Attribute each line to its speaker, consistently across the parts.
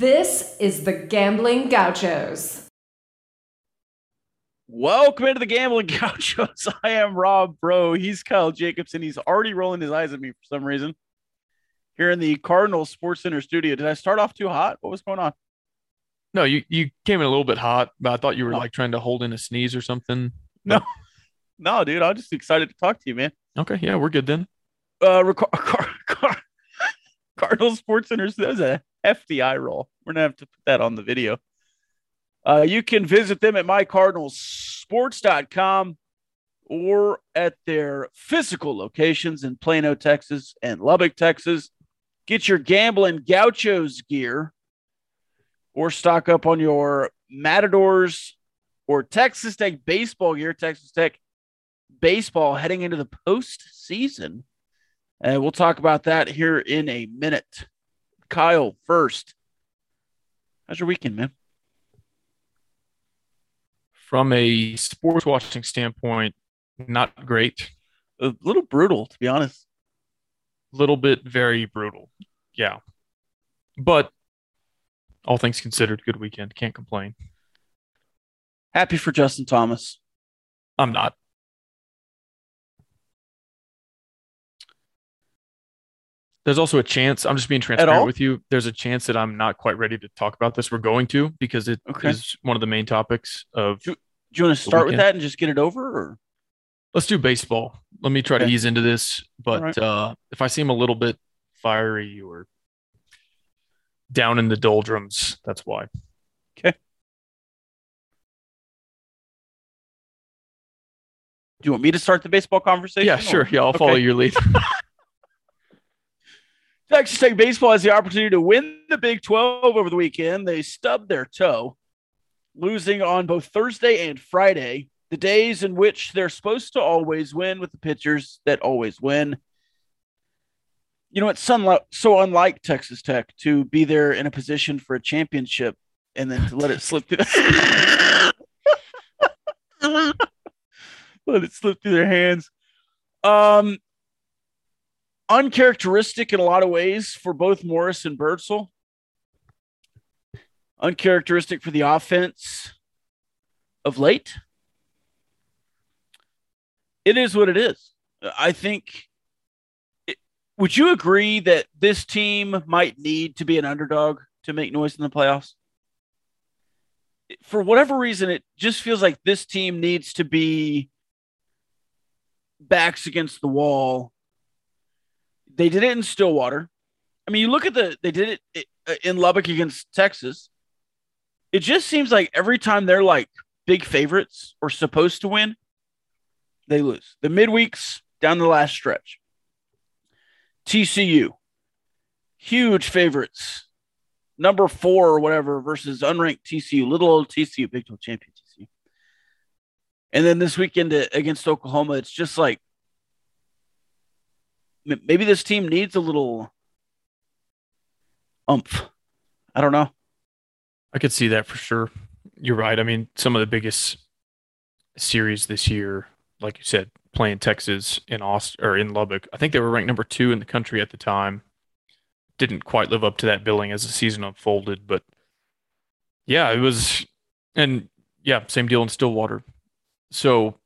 Speaker 1: This is the Gambling Gauchos.
Speaker 2: Welcome into the Gambling Gauchos. I am Rob Bro. He's Kyle Jacobson. He's already rolling his eyes at me for some reason. Here in the Cardinal Sports Center studio. Did I start off too hot? What was going on?
Speaker 3: No, you, you came in a little bit hot, but I thought you were
Speaker 2: Oh.
Speaker 3: like trying to hold in a sneeze or something.
Speaker 2: No, dude, I'm just excited to talk to you, man.
Speaker 3: Okay, yeah, we're good then.
Speaker 2: Uh, Recar- Car- Car- Cardinal Sports Center. That was a hefty eye roll. We're gonna have to put that on the video. Uh, you can visit them at mycardinalsports.com or at their physical locations in Plano, Texas, and Lubbock, Texas. Get your gambling gauchos gear, or stock up on your Matadors or Texas Tech baseball gear. Texas Tech baseball heading into the postseason. And we'll talk about that here in a minute. Kyle, first, how's your weekend, man?
Speaker 3: From a sports watching standpoint, not great.
Speaker 2: A little brutal, to be honest.
Speaker 3: Little bit very brutal. Yeah. But all things considered, good weekend. Can't complain.
Speaker 2: Happy for Justin Thomas.
Speaker 3: I'm not. There's also a chance, I'm just being
Speaker 2: all?
Speaker 3: transparent with you. There's a chance that I'm not quite ready to talk about this. We're going to because it is
Speaker 2: Okay.
Speaker 3: one of the main topics of
Speaker 2: Do you want to start with
Speaker 3: weekend.
Speaker 2: that and just get it over? Or
Speaker 3: let's do baseball. Let me try to
Speaker 2: Okay.
Speaker 3: ease into this. But
Speaker 2: All right.
Speaker 3: uh, if I seem a little bit fiery or down in the doldrums, that's why.
Speaker 2: do you want me to start the baseball conversation?
Speaker 3: yeah,
Speaker 2: or-
Speaker 3: sure. Yeah, I'll follow
Speaker 2: Okay.
Speaker 3: your lead.
Speaker 2: Texas Tech baseball has the opportunity to win the Big 12 over the weekend. They stubbed their toe, losing on both Thursday and Friday, the days in which they're supposed to always win with the pitchers that always win. You know, it's sunli- so unlike Texas Tech to be there in a position for a championship and then to let it slip through. let it slip through their hands. Um, uncharacteristic in a lot of ways for both Morris and Birdsell. Uncharacteristic for the offense of late. It is what it is. I think. it- Would you agree that this team might need to be an underdog to make noise in the playoffs? For whatever reason, it just feels like this team needs to be backs against the wall they did it in Stillwater. I mean, you look at the they did it i- in Lubbock against Texas. It just seems like every time they're like big favorites or supposed to win, they lose. The midweeks down the last stretch. TCU, huge favorites, number four or whatever versus unranked TCU, little old TCU, Big 12 champion TCU. And then this weekend uh, against Oklahoma, it's just like m- maybe this team needs a little umph. I don't know.
Speaker 3: I could see that for sure. You're right. I mean, some of the biggest series this year, like you said, playing Texas in Austin or in Lubbock. I think they were ranked number two in the country at the time. Didn't quite live up to that billing as the season unfolded, but yeah, it was, and yeah, same deal in Stillwater. So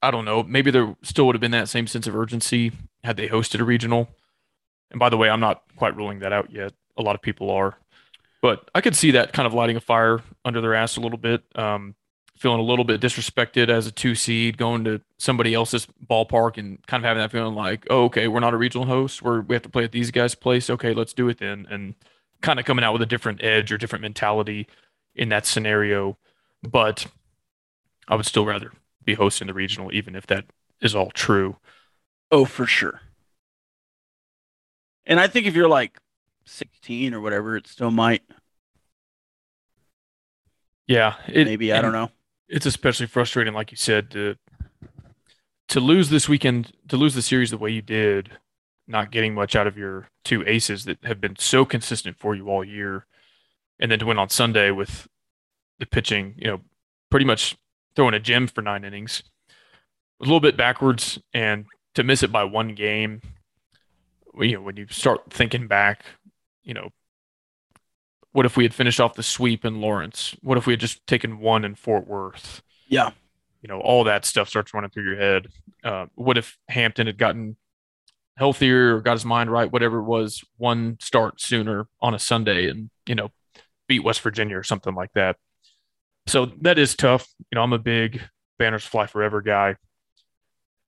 Speaker 3: I don't know. Maybe there still would have been that same sense of urgency had they hosted a regional. And by the way, I'm not quite ruling that out yet. A lot of people are. But I could see that kind of lighting a fire under their ass a little bit, um, feeling a little bit disrespected as a two seed, going to somebody else's ballpark and kind of having that feeling like, oh, okay, we're not a regional host. We're, we have to play at these guys' place. Okay, let's do it then. And kind of coming out with a different edge or different mentality in that scenario. But I would still rather be hosting the regional, even if that is all true.
Speaker 2: Oh, for sure. And I think if you're like 16 or whatever, it still might.
Speaker 3: Yeah. It,
Speaker 2: Maybe I
Speaker 3: and-
Speaker 2: don't know.
Speaker 3: it's especially frustrating, like you said, to to lose this weekend, to lose the series the way you did, not getting much out of your two aces that have been so consistent for you all year, and then to win on Sunday with the pitching, you know, pretty much throwing a gem for nine innings, a little bit backwards, and to miss it by one game, well, you know, when you start thinking back, you know, What if we had finished off the sweep in Lawrence? What if we had just taken one in Fort Worth?
Speaker 2: Yeah.
Speaker 3: You know, all that stuff starts running through your head. Uh, what if Hampton had gotten healthier or got his mind right, whatever it was, one start sooner on a Sunday and, you know, beat West Virginia or something like that. So that is tough. You know, I'm a big banners fly forever guy.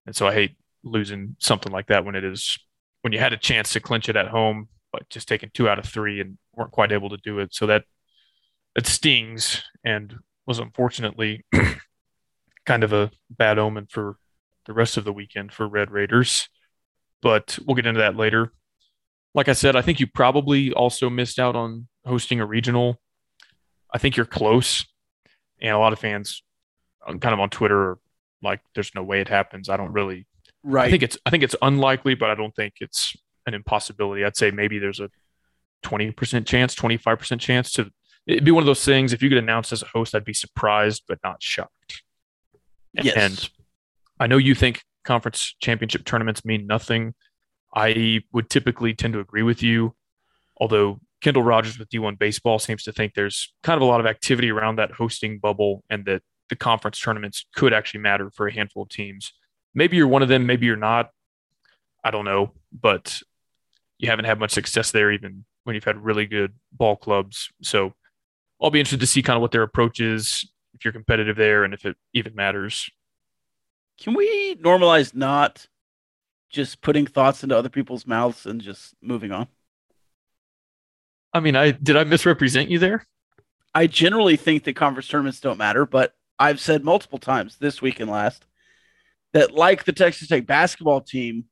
Speaker 3: And so I hate losing something like that when it is when you had a chance to clinch it at home, but just taking two out of three and weren't quite able to do it. So that it stings and was unfortunately kind of a bad omen for the rest of the weekend for Red Raiders. But we'll get into that later. Like I said, I think you probably also missed out on hosting a regional. I think you're close. And a lot of fans um, kind of on Twitter are like, there's no way it happens. I don't really
Speaker 2: Right.
Speaker 3: I think it's I think it's unlikely, but I don't think it's an impossibility. I'd say maybe there's a twenty percent chance, twenty five percent chance to it'd be one of those things. If you could announce as a host, I'd be surprised but not shocked.
Speaker 2: yes.
Speaker 3: And I know you think conference championship tournaments mean nothing. I would typically tend to agree with you, although Kendall Rogers with D1 Baseball seems to think there's kind of a lot of activity around that hosting bubble and that the conference tournaments could actually matter for a handful of teams. Maybe you're one of them, maybe you're not. I don't know, but you haven't had much success there even when you've had really good ball clubs. So I'll be interested to see kind of what their approach is, if you're competitive there and if it even matters.
Speaker 2: Can we normalize not just putting thoughts into other people's mouths and just moving on?
Speaker 3: I mean, I did I misrepresent you there?
Speaker 2: I generally think that conference tournaments don't matter, but I've said multiple times this week and last that, like the Texas Tech basketball team,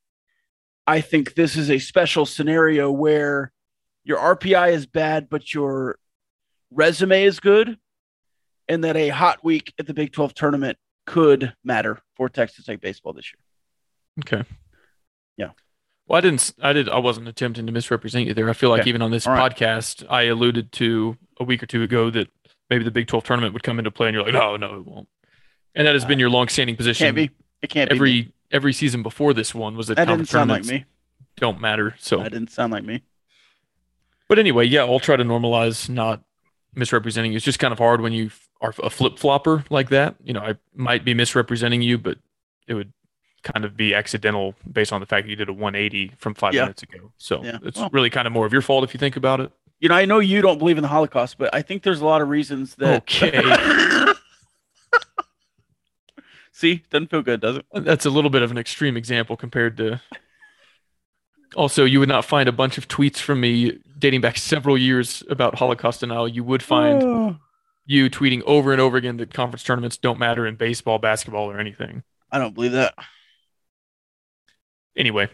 Speaker 2: I think this is a special scenario where your RPI is bad, but your resume is good, and that a hot week at the Big 12 tournament could matter for Texas Tech baseball this year.
Speaker 3: Okay.
Speaker 2: Yeah.
Speaker 3: Well, I didn't. s- I did. I wasn't attempting to misrepresent you there. I feel like
Speaker 2: Okay.
Speaker 3: even on this
Speaker 2: All right.
Speaker 3: podcast, I alluded to a week or two ago that maybe the Big Twelve tournament would come into play, and you're like, no, no, it won't. And that has been your long-standing position.
Speaker 2: Uh, Can't be. It can't
Speaker 3: every
Speaker 2: be. me.
Speaker 3: every season before this one was that,
Speaker 2: That didn't
Speaker 3: conference
Speaker 2: sound like
Speaker 3: tournaments
Speaker 2: me.
Speaker 3: don't matter. So,
Speaker 2: That didn't sound like me.
Speaker 3: but anyway, yeah, I'll try to normalize not misrepresenting you. It's just kind of hard when you f- are a flip flopper like that. You know, I might be misrepresenting you, but it would kind of be accidental based on the fact that you did a 180 from five
Speaker 2: Yeah.
Speaker 3: minutes ago. So
Speaker 2: Yeah.
Speaker 3: it's
Speaker 2: Well-
Speaker 3: really kind of more of your fault if you think about it.
Speaker 2: You know, I know you don't believe in the Holocaust, but I think there's a lot of reasons that.
Speaker 3: Okay.
Speaker 2: See, doesn't feel good, does it?
Speaker 3: That's a little bit of an extreme example compared to. Also, you would not find a bunch of tweets from me dating back several years about Holocaust denial. You would find you tweeting over and over again that conference tournaments don't matter in baseball, basketball, or anything.
Speaker 2: I don't believe that.
Speaker 3: Anyway,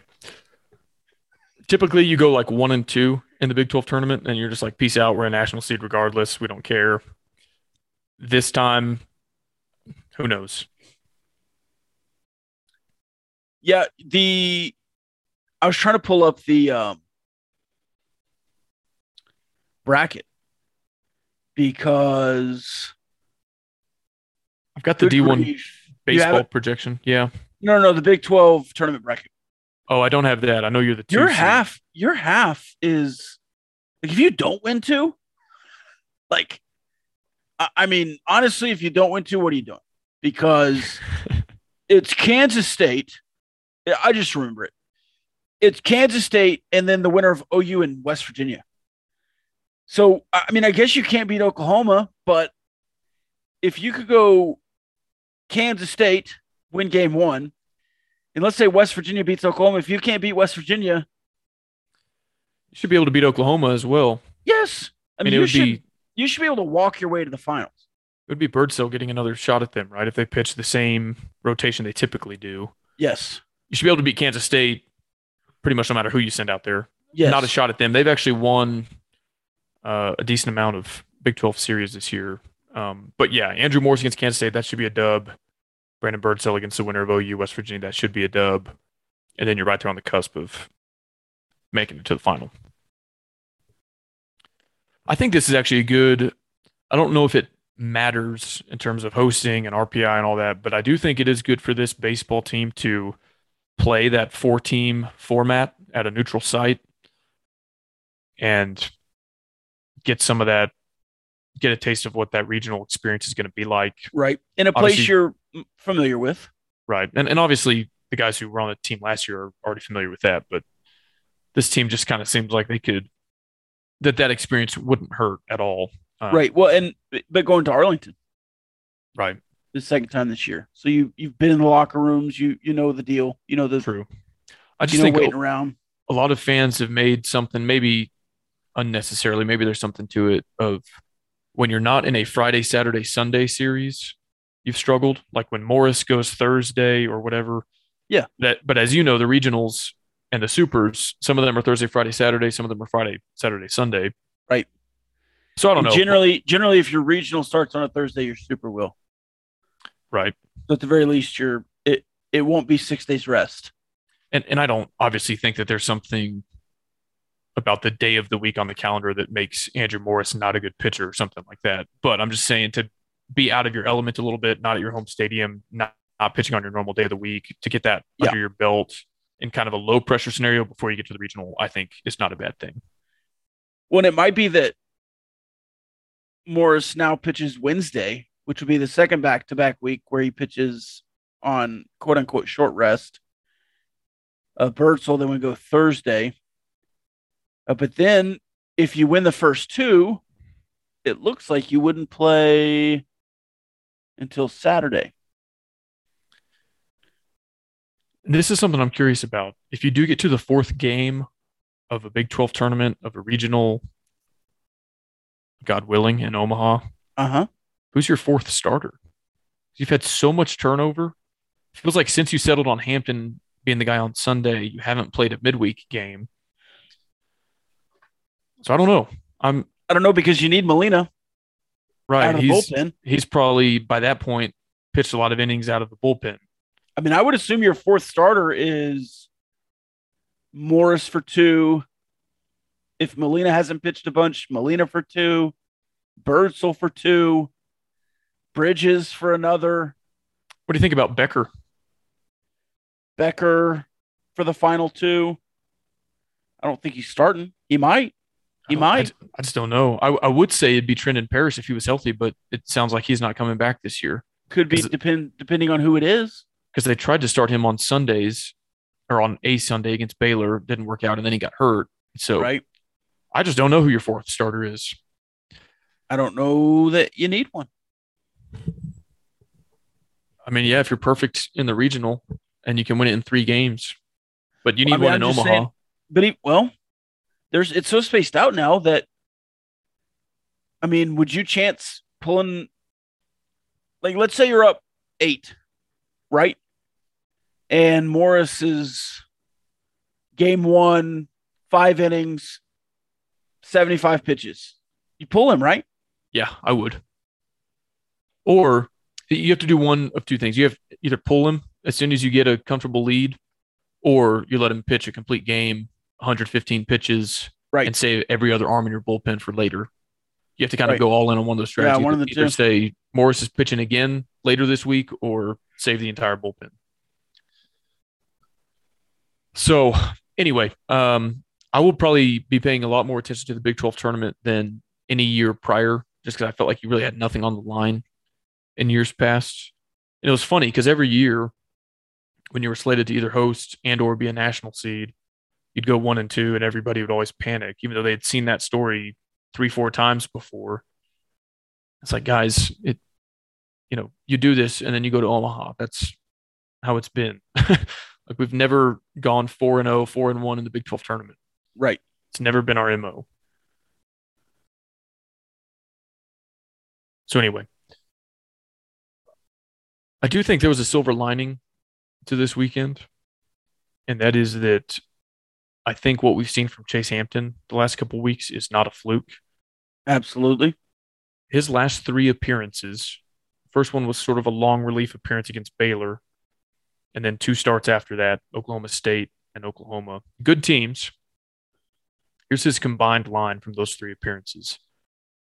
Speaker 3: typically you go like one and two in the Big 12 tournament, and you're just like, peace out. We're a national seed regardless. We don't care. This time, who knows?
Speaker 2: Yeah, the I was trying to pull up the um, bracket because
Speaker 3: I've got the
Speaker 2: Good
Speaker 3: D1
Speaker 2: grief. You have
Speaker 3: baseball
Speaker 2: it?
Speaker 3: projection. Yeah.
Speaker 2: No, no, the Big Twelve tournament bracket.
Speaker 3: Oh, I don't have that. I know you're the two.
Speaker 2: Your
Speaker 3: seed.
Speaker 2: half, your half is like if you don't win two, like I, I mean, honestly, if you don't win two, what are you doing? Because it's Kansas State. Yeah, I just remember it. It's Kansas State and then the winner of OU and West Virginia. So I I mean, I guess you can't beat Oklahoma, but if you could go Kansas State, win game one, and let's say West Virginia beats Oklahoma, if you can't beat West Virginia,
Speaker 3: You should be able to beat Oklahoma as well.
Speaker 2: yes, I
Speaker 3: I
Speaker 2: mean,
Speaker 3: mean, it
Speaker 2: you
Speaker 3: would
Speaker 2: should
Speaker 3: be
Speaker 2: you should be able to walk your way to the finals.
Speaker 3: it would be Birdsell getting another shot at them, right? If they pitch the same rotation they typically do,
Speaker 2: Yes,
Speaker 3: you should be able to beat Kansas State pretty much no matter who you send out there.
Speaker 2: yes,
Speaker 3: Not a shot at them. They've actually won uh, a decent amount of Big 12 series this year. Um, but yeah, Andrew Morse against Kansas State, that should be a dub. Brandon Birdsell against the winner of OU, West Virginia, that should be a dub. And then you're right there on the cusp of making it to the final. I think this is actually a good. I don't know if it matters in terms of hosting and RPI and all that, but I do think it is good for this baseball team to play that four team format at a neutral site and get some of that, get a taste of what that regional experience is going to be like.
Speaker 2: right? In a place
Speaker 3: Obviously-
Speaker 2: you're mm, familiar with.
Speaker 3: Right. And, and obviously, the guys who were on the team last year are already familiar with that. But this team just kind of seems like they could, that that experience wouldn't hurt at all. Um,
Speaker 2: Right. Well, and but going to Arlington
Speaker 3: Right.
Speaker 2: the second time this year. So you you've been in the locker rooms, you you know the deal, you know the
Speaker 3: True. I
Speaker 2: you
Speaker 3: just
Speaker 2: know
Speaker 3: think
Speaker 2: waiting around.
Speaker 3: a lot of fans have made something maybe unnecessarily maybe there's something to it of when you're not in a friday saturday sunday series you've struggled like when morris goes thursday or whatever
Speaker 2: Yeah.
Speaker 3: that but as you know the regionals and the supers some of them are thursday friday saturday some of them are friday saturday sunday
Speaker 2: Right.
Speaker 3: so i don't
Speaker 2: And
Speaker 3: know
Speaker 2: generally generally if your regional starts on a Thursday, you're super will.
Speaker 3: right
Speaker 2: So at the very least you're it it won't be six days rest.
Speaker 3: and and i don't obviously think that there's something about the day of the week on the calendar that makes Andrew Morris not a good pitcher or something like that. But I'm just saying to be out of your element a little bit, not at your home stadium, not, not pitching on your normal day of the week, to get that
Speaker 2: Yeah.
Speaker 3: under your belt in kind of a low pressure scenario before you get to the regional, I think is not a bad thing.
Speaker 2: Well, and it might be that Morris now pitches Wednesday, which will be the second back to back week where he pitches on quote unquote short rest. Uh, Birdsell, then we go Thursday. Uh, but then if you win the first two, it looks like you wouldn't play until Saturday.
Speaker 3: This is something I'm curious about. If you do get to the fourth game of a Big 12 tournament, of a regional, God willing, in Omaha,
Speaker 2: Uh huh.
Speaker 3: who's your fourth starter? You've had so much turnover. It feels like since you settled on Hampton being the guy on Sunday, you haven't played a midweek game. So I don't know. I'm
Speaker 2: I don't know because you need Molina out
Speaker 3: right.
Speaker 2: of the
Speaker 3: He's
Speaker 2: bullpen.
Speaker 3: he's probably by that point pitched a lot of innings out of the bullpen.
Speaker 2: I mean, I would assume your fourth starter is Morris for two. If Molina hasn't pitched a bunch, Molina for two, Birdsell for two, Bridges for another,
Speaker 3: What do you think about Becker?
Speaker 2: Becker for the final two. I don't think he's starting. He might. He
Speaker 3: I don't- I
Speaker 2: might.
Speaker 3: j- I, just don't know. I, I would say it'd be Trendon Paris if he was healthy, but it sounds like he's not coming back this year
Speaker 2: Could be
Speaker 3: is it-
Speaker 2: depend depending on who it is.
Speaker 3: because they tried to start him on Sundays or on a Sunday against Baylor, didn't work out, and then he got hurt. So
Speaker 2: Right.
Speaker 3: I just don't know who your fourth starter is.
Speaker 2: I don't know that you need one.
Speaker 3: I mean, yeah, if you're perfect in the regional and you can win it in three games, but you need
Speaker 2: Well, I mean,
Speaker 3: one in
Speaker 2: I'm just
Speaker 3: Omaha.
Speaker 2: saying- But he, well, there's it's so spaced out now that I mean, would you chance pulling like let's say you're up eight, right? And Morris is game one, five innings, 75 pitches. You pull him, right?
Speaker 3: yeah, I would. Or you have to do one of two things. You have either pull him as soon as you get a comfortable lead, or you let him pitch a complete game, 115 pitches,
Speaker 2: Right.
Speaker 3: and save every other arm in your bullpen for later. You have to kind of
Speaker 2: Right.
Speaker 3: go all in on one of those
Speaker 2: Yeah,
Speaker 3: strategies.
Speaker 2: one of the
Speaker 3: either
Speaker 2: two.
Speaker 3: say Morris is pitching again later this week, or save the entire bullpen. So anyway, um, I will probably be paying a lot more attention to the Big 12 tournament than any year prior, just because I felt like you really had nothing on the line in years past. And it was funny because every year when you were slated to either host and or be a national seed, you'd go one and two, and everybody would always panic, even though they had seen that story three, four times before. It's like, guys, it, you know, you do this and then you go to Omaha. That's how it's been. like we've never gone four and oh, four and one in the Big 12 tournament.
Speaker 2: Right.
Speaker 3: It's never been our MO. So anyway, I do think there was a silver lining to this weekend, and that is that I think what we've seen from Chase Hampton the last couple weeks is not a fluke.
Speaker 2: Absolutely.
Speaker 3: His last three appearances, first one was sort of a long relief appearance against Baylor, and then two starts after that, Oklahoma State and Oklahoma. Good teams. Here's his combined line from those three appearances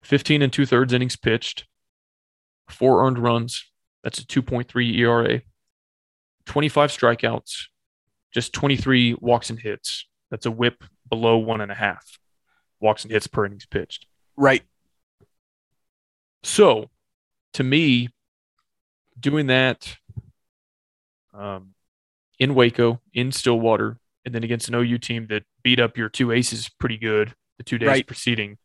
Speaker 3: 15 and two thirds innings pitched, four earned runs. That's a 2.3 ERA, 25 strikeouts, just 23 walks and hits. That's a whip below one and a half walks and hits per innings pitched.
Speaker 2: Right.
Speaker 3: So, to me, doing that um, in Waco, in Stillwater, and then against an OU team that beat up your two aces pretty good the two days
Speaker 2: Right.
Speaker 3: preceding,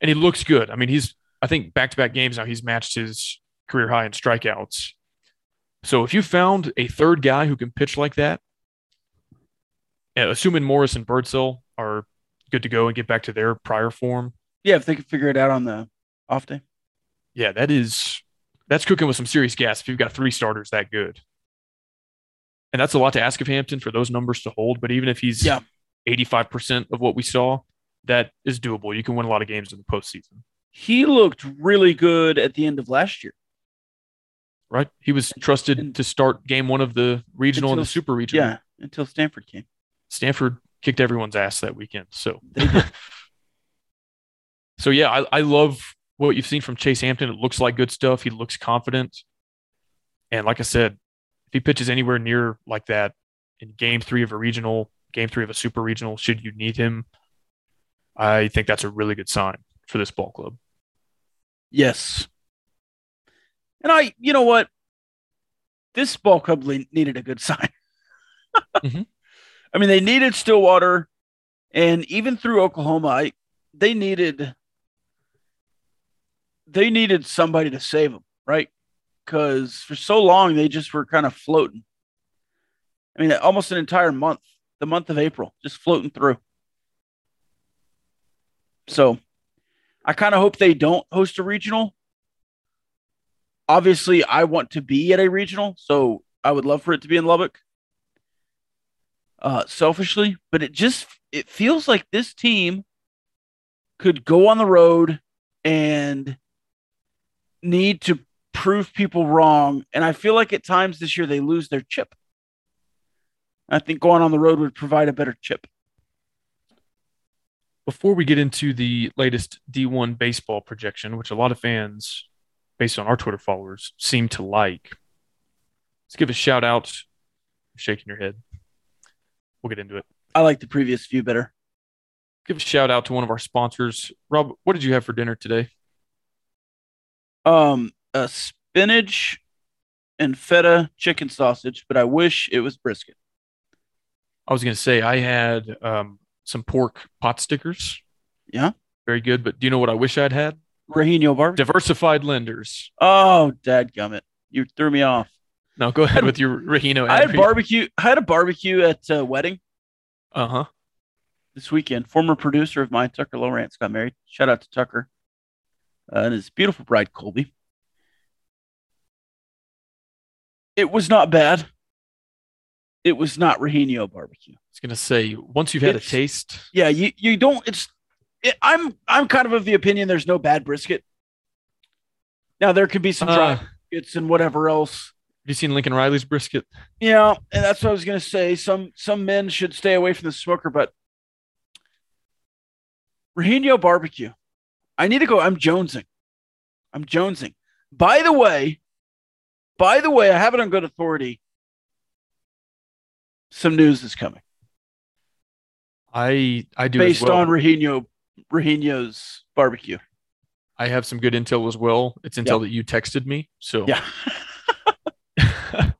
Speaker 3: and he looks good. I mean, he's I think back to back games now he's matched his career high in strikeouts. So if you found a third guy who can pitch like that, uh, assuming Morris and Birdsell are good to go and get back to their prior form,
Speaker 2: Yeah, if they could figure it out on the off day.
Speaker 3: yeah, that is that's cooking with some serious gas if you've got three starters that good. And that's a lot to ask of Hampton for those numbers to hold, but even if he's
Speaker 2: Yeah.
Speaker 3: 85% of what we saw, that is doable. You can win a lot of games in the postseason,
Speaker 2: He looked really good at the end of last year.
Speaker 3: right? He was trusted
Speaker 2: And-
Speaker 3: to start game one of the regional and the
Speaker 2: Until-
Speaker 3: super regional.
Speaker 2: Yeah, until Stanford came.
Speaker 3: Stanford kicked everyone's ass that weekend. So,
Speaker 2: They did.
Speaker 3: so yeah, I, I love what you've seen from Chase Hampton. It looks like good stuff. He looks confident. And like I said, if he pitches anywhere near like that in game three of a regional, game three of a super regional, should you need him, I think that's a really good sign for this ball club.
Speaker 2: yes. And I, you know what? This ball club le- needed a good sign.
Speaker 3: Mhm.
Speaker 2: I mean, they needed Stillwater, and even through Oklahoma, I, they needed they needed somebody to save them, right? Because for so long they just were kind of floating. I mean, almost an entire month, the month of April, just floating through. So I kind of hope they don't host a regional. Obviously, I want to be at a regional, so I would love for it to be in Lubbock. Uh, selfishly, but it just it feels like this team could go on the road and need to prove people wrong. And I feel like at times this year they lose their chip. I think going on the road would provide a better chip.
Speaker 3: Before we get into the latest D1 baseball projection, which a lot of fans, based on our Twitter followers, seem to like, let's give a shout out. shaking your head. We'll get into it.
Speaker 2: I like the previous view better.
Speaker 3: Give a shout out to one of our sponsors. Rob, what did you have for dinner today?
Speaker 2: Um, a spinach and feta chicken sausage, but I wish it was brisket.
Speaker 3: I was going to say I had um, some pork pot stickers.
Speaker 2: Yeah.
Speaker 3: Very good. But do you know what I wish I'd had?
Speaker 2: Rahino barbecue.
Speaker 3: Diversified lenders.
Speaker 2: Oh, dadgummit. You threw me off.
Speaker 3: Now go ahead with your Rahino.
Speaker 2: I had barbecue. I had a barbecue at a wedding
Speaker 3: Uh huh.
Speaker 2: this weekend. Former producer of mine, Tucker Lawrence, got married. Shout out to Tucker uh, and his beautiful bride, Colby. It was not bad. It was not Rahino barbecue.
Speaker 3: I was going to say once you've had
Speaker 2: It's-
Speaker 3: a taste,
Speaker 2: Yeah, you, you don't. It's it, I'm I'm kind of of the opinion there's no bad brisket. Now there could be some
Speaker 3: Uh,
Speaker 2: dry
Speaker 3: have
Speaker 2: briskets and whatever else.
Speaker 3: you seen Lincoln Riley's brisket?
Speaker 2: Yeah, and that's what I was gonna say. Some some men should stay away from the smoker, but Rahino barbecue. I need to go. I'm jonesing. I'm jonesing. By the way, by the way, I have it on good authority. Some news is coming
Speaker 3: I I do as
Speaker 2: based
Speaker 3: well.
Speaker 2: on Rahino Rahino's barbecue.
Speaker 3: I have some good intel as well. It's intel that you texted me. So
Speaker 2: Yeah.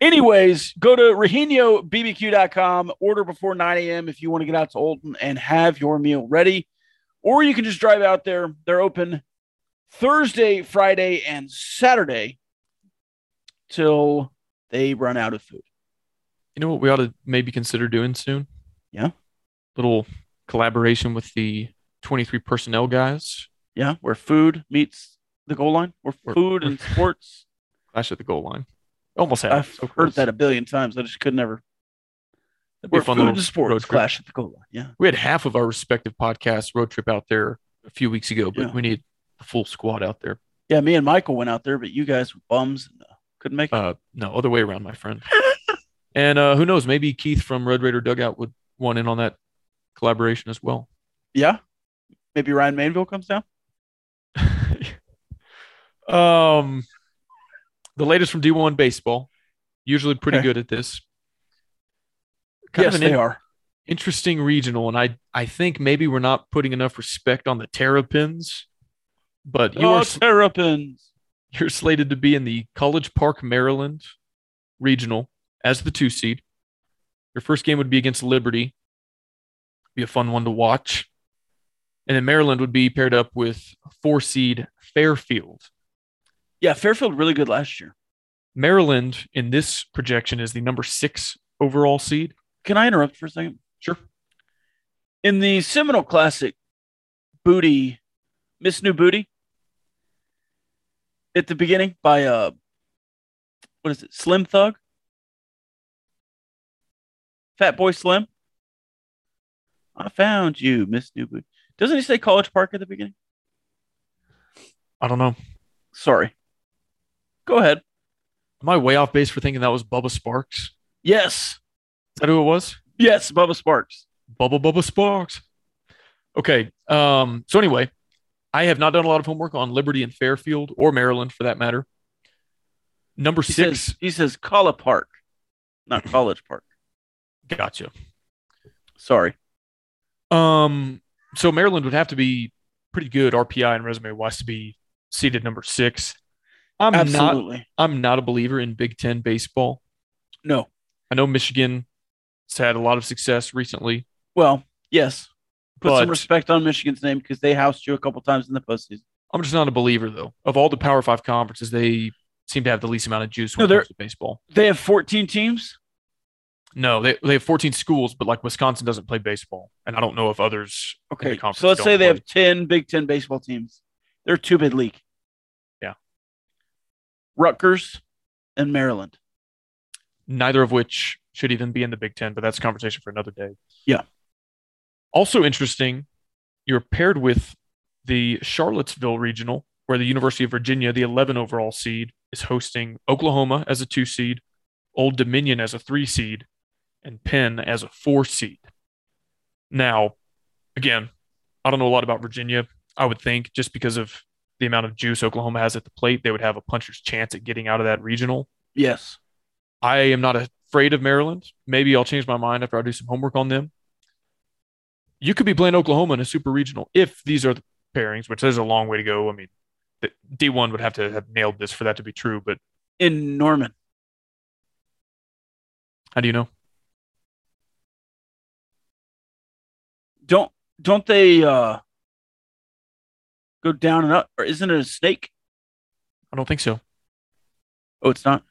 Speaker 2: Anyways, go to RohinyoBBQ.com, order before 9 a.m. if you want to get out to Olton and have your meal ready. Or you can just drive out there. They're open Thursday, Friday, and Saturday till they run out of food.
Speaker 3: You know what we ought to maybe consider doing soon?
Speaker 2: Yeah.
Speaker 3: Little collaboration with the 23 personnel guys.
Speaker 2: Yeah, where food meets the goal line, where
Speaker 3: Or-
Speaker 2: food and sports.
Speaker 3: Clash at the goal line. Almost had it.
Speaker 2: I've
Speaker 3: So
Speaker 2: heard
Speaker 3: close.
Speaker 2: that a billion times. I just could never.
Speaker 3: That'd be a
Speaker 2: Where
Speaker 3: fun
Speaker 2: food and
Speaker 3: little road
Speaker 2: sports
Speaker 3: trip.
Speaker 2: clash at the goal line. Yeah.
Speaker 3: We had half of our respective podcast road trip out there a few weeks ago, but
Speaker 2: Yeah.
Speaker 3: we need the full squad out there.
Speaker 2: Yeah, me and Michael went out there, but you guys were bums and uh, couldn't make it.
Speaker 3: Uh, no, other way around, my friend. and uh, who knows? Maybe Keith from Red Raider Dugout would want in on that collaboration as well.
Speaker 2: Yeah. Maybe Ryan Mainville comes down.
Speaker 3: um, the latest from D1 baseball, usually pretty
Speaker 2: Okay.
Speaker 3: good at this. Kind
Speaker 2: yes,
Speaker 3: of an
Speaker 2: they
Speaker 3: in-
Speaker 2: are.
Speaker 3: interesting regional, and I I think maybe we're not putting enough respect on the Terrapins, but you
Speaker 2: oh,
Speaker 3: are s-
Speaker 2: Terrapins.
Speaker 3: you're slated to be in the College Park, Maryland regional as the two seed. Your first game would be against Liberty. Be a fun one to watch. And then Maryland would be paired up with four seed Fairfield.
Speaker 2: Yeah, Fairfield really good last year.
Speaker 3: Maryland in this projection is the number six overall seed.
Speaker 2: Can I interrupt for a second?
Speaker 3: Sure.
Speaker 2: In the Seminole Classic, Booty, Miss New Booty, at the beginning by uh, what is it? Slim Thug, Fat Boy Slim. I found you, Miss New Booty. Doesn't he say College Park at the beginning?
Speaker 3: I don't know.
Speaker 2: Sorry. Go ahead.
Speaker 3: Am I way off base for thinking that was Bubba Sparks? Is
Speaker 2: Yes,
Speaker 3: that who it was?
Speaker 2: yes, Bubba Sparks.
Speaker 3: Bubba Bubba Sparks. Okay. Um, so anyway, I have not done a lot of homework on Liberty and Fairfield or Maryland for that matter. Number
Speaker 2: He
Speaker 3: six,
Speaker 2: says he says Calla Park, not College Park.
Speaker 3: gotcha.
Speaker 2: Sorry.
Speaker 3: Um, so Maryland would have to be pretty good RPI and resume wise to be seated number six. I'm not
Speaker 2: Absolutely.
Speaker 3: I'm not a believer in Big Ten baseball.
Speaker 2: No.
Speaker 3: I know Michigan has had a lot of success recently.
Speaker 2: Well, yes. Put some
Speaker 3: But-
Speaker 2: respect on Michigan's name because they housed you a couple times in the postseason.
Speaker 3: I'm just not a believer though. Of all the Power Five conferences, they seem to have the least amount of juice
Speaker 2: No,
Speaker 3: when it
Speaker 2: they're-
Speaker 3: comes to baseball.
Speaker 2: They have 14 teams.
Speaker 3: No, they, they have 14 schools, but like Wisconsin doesn't play baseball, and I don't know if others. in the
Speaker 2: Okay.
Speaker 3: conference
Speaker 2: So let's
Speaker 3: don't
Speaker 2: say they
Speaker 3: play.
Speaker 2: have 10 Big Ten baseball teams. They're two bid league.
Speaker 3: Yeah.
Speaker 2: Rutgers and Maryland.
Speaker 3: neither of which should even be in the Big Ten, but that's a conversation for another day.
Speaker 2: Yeah.
Speaker 3: Also interesting, you're paired with the Charlottesville Regional, where the University of Virginia, the 11 overall seed, is hosting Oklahoma as a two seed, Old Dominion as a three seed, and Penn as a four seed. Now, again, I don't know a lot about Virginia. I would think just because of the amount of juice Oklahoma has at the plate, they would have a puncher's chance at getting out of that regional.
Speaker 2: Yes.
Speaker 3: I am not afraid of Maryland. Maybe I'll change my mind after I do some homework on them. You could be playing Oklahoma in a super regional if these are the pairings, which there's a long way to go. I mean, the- D1 would have to have nailed this for that to be true, but
Speaker 2: In Norman.
Speaker 3: how do you know?
Speaker 2: Don't don't they uh go down and up or isn't it a snake?
Speaker 3: I don't think so.
Speaker 2: Oh, it's not.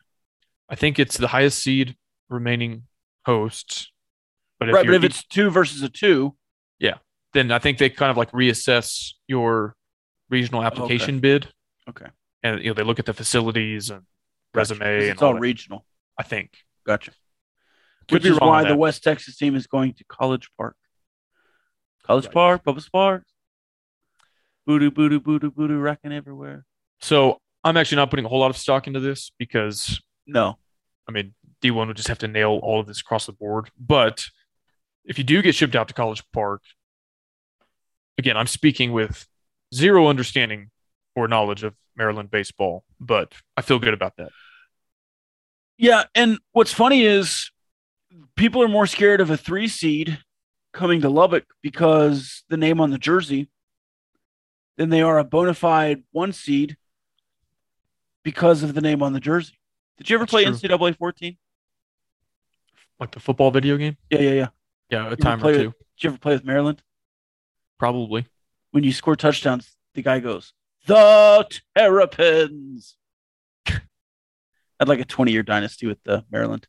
Speaker 3: I think it's the highest seed remaining hosts. But if,
Speaker 2: right,
Speaker 3: you're,
Speaker 2: but if it's two versus a two,
Speaker 3: then I think they kind of like reassess your regional application bid.
Speaker 2: Okay.
Speaker 3: And you know, they look at the facilities and
Speaker 2: Gotcha.
Speaker 3: resume
Speaker 2: 'Cause
Speaker 3: and
Speaker 2: it's all
Speaker 3: that,
Speaker 2: regional.
Speaker 3: I think.
Speaker 2: Gotcha.
Speaker 3: Could
Speaker 2: Which
Speaker 3: be
Speaker 2: is
Speaker 3: wrong on
Speaker 2: why the
Speaker 3: that.
Speaker 2: West Texas team is going to College Park. College
Speaker 3: Right.
Speaker 2: Park, Bubba Sparks. Voodoo, voodoo, voodoo, voodoo, rocking everywhere.
Speaker 3: So I'm actually not putting a whole lot of stock into this because
Speaker 2: No.
Speaker 3: I mean D1 would just have to nail all of this across the board. But if you do get shipped out to College Park, again, I'm speaking with zero understanding or knowledge of Maryland baseball, but I feel good about that.
Speaker 2: Yeah. And what's funny is people are more scared of a three seed coming to Lubbock because the name on the jersey than they are a bona fide one seed because of the name on the jersey. Did you ever
Speaker 3: That's
Speaker 2: play
Speaker 3: true.
Speaker 2: NCAA 14?
Speaker 3: Like the football video game,
Speaker 2: Yeah, yeah, yeah.
Speaker 3: yeah, a
Speaker 2: would
Speaker 3: time or
Speaker 2: play it.
Speaker 3: two,
Speaker 2: Did you ever play with Maryland?
Speaker 3: probably.
Speaker 2: when you score touchdowns, the guy goes, The Terrapins. I'd like a 20 year dynasty with the Maryland.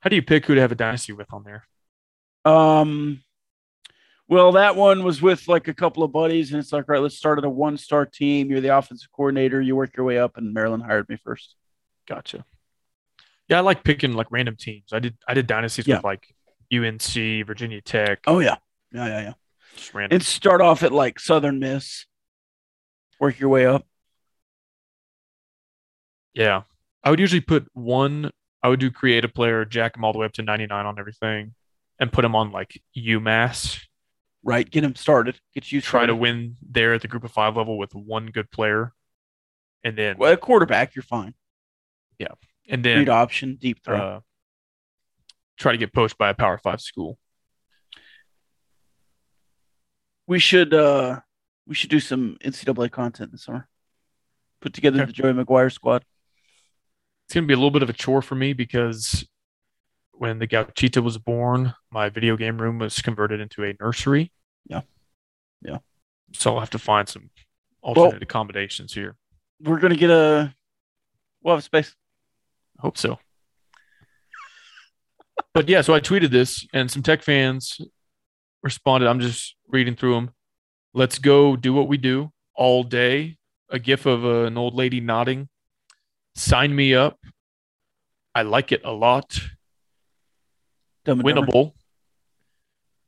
Speaker 3: How do you pick who to have a dynasty with on there?
Speaker 2: Um, well, that one was with like a couple of buddies, and it's like, all right, let's start at a one star team. You're the offensive coordinator, you work your way up, and Maryland hired me first.
Speaker 3: Gotcha. Yeah, I like picking like random teams. I did I did dynasties
Speaker 2: Yeah.
Speaker 3: with like UNC, Virginia Tech,
Speaker 2: Oh, yeah. Yeah, yeah, yeah.
Speaker 3: just random.
Speaker 2: And start off at like Southern Miss, work your way up.
Speaker 3: Yeah. I would usually put one, I would do create a player, jack him all the way up to 99 on everything, and put him on like UMass.
Speaker 2: Right, get him started. Get you
Speaker 3: Try to
Speaker 2: started.
Speaker 3: win there at the group of five level with one good player. And then,
Speaker 2: Well, at quarterback. You're fine. Read
Speaker 3: and then,
Speaker 2: option, deep throw.
Speaker 3: uh, try to get poached by a Power Five school.
Speaker 2: We should uh we should do some NCAA content this summer. Put together
Speaker 3: Okay.
Speaker 2: the Joey McGuire squad.
Speaker 3: It's gonna be a little bit of a chore for me because when the Gauchita was born, my video game room was converted into a nursery.
Speaker 2: Yeah. Yeah.
Speaker 3: So I'll have to find some alternate accommodations here.
Speaker 2: We're gonna get a we'll have space.
Speaker 3: Hope so. but yeah, so I tweeted this and some tech fans responded. I'm just reading through them. Let's go do what we do all day. A gif of uh, an old lady nodding. Sign me up. I like it a lot.
Speaker 2: Dumb and Dumber.
Speaker 3: Winnable.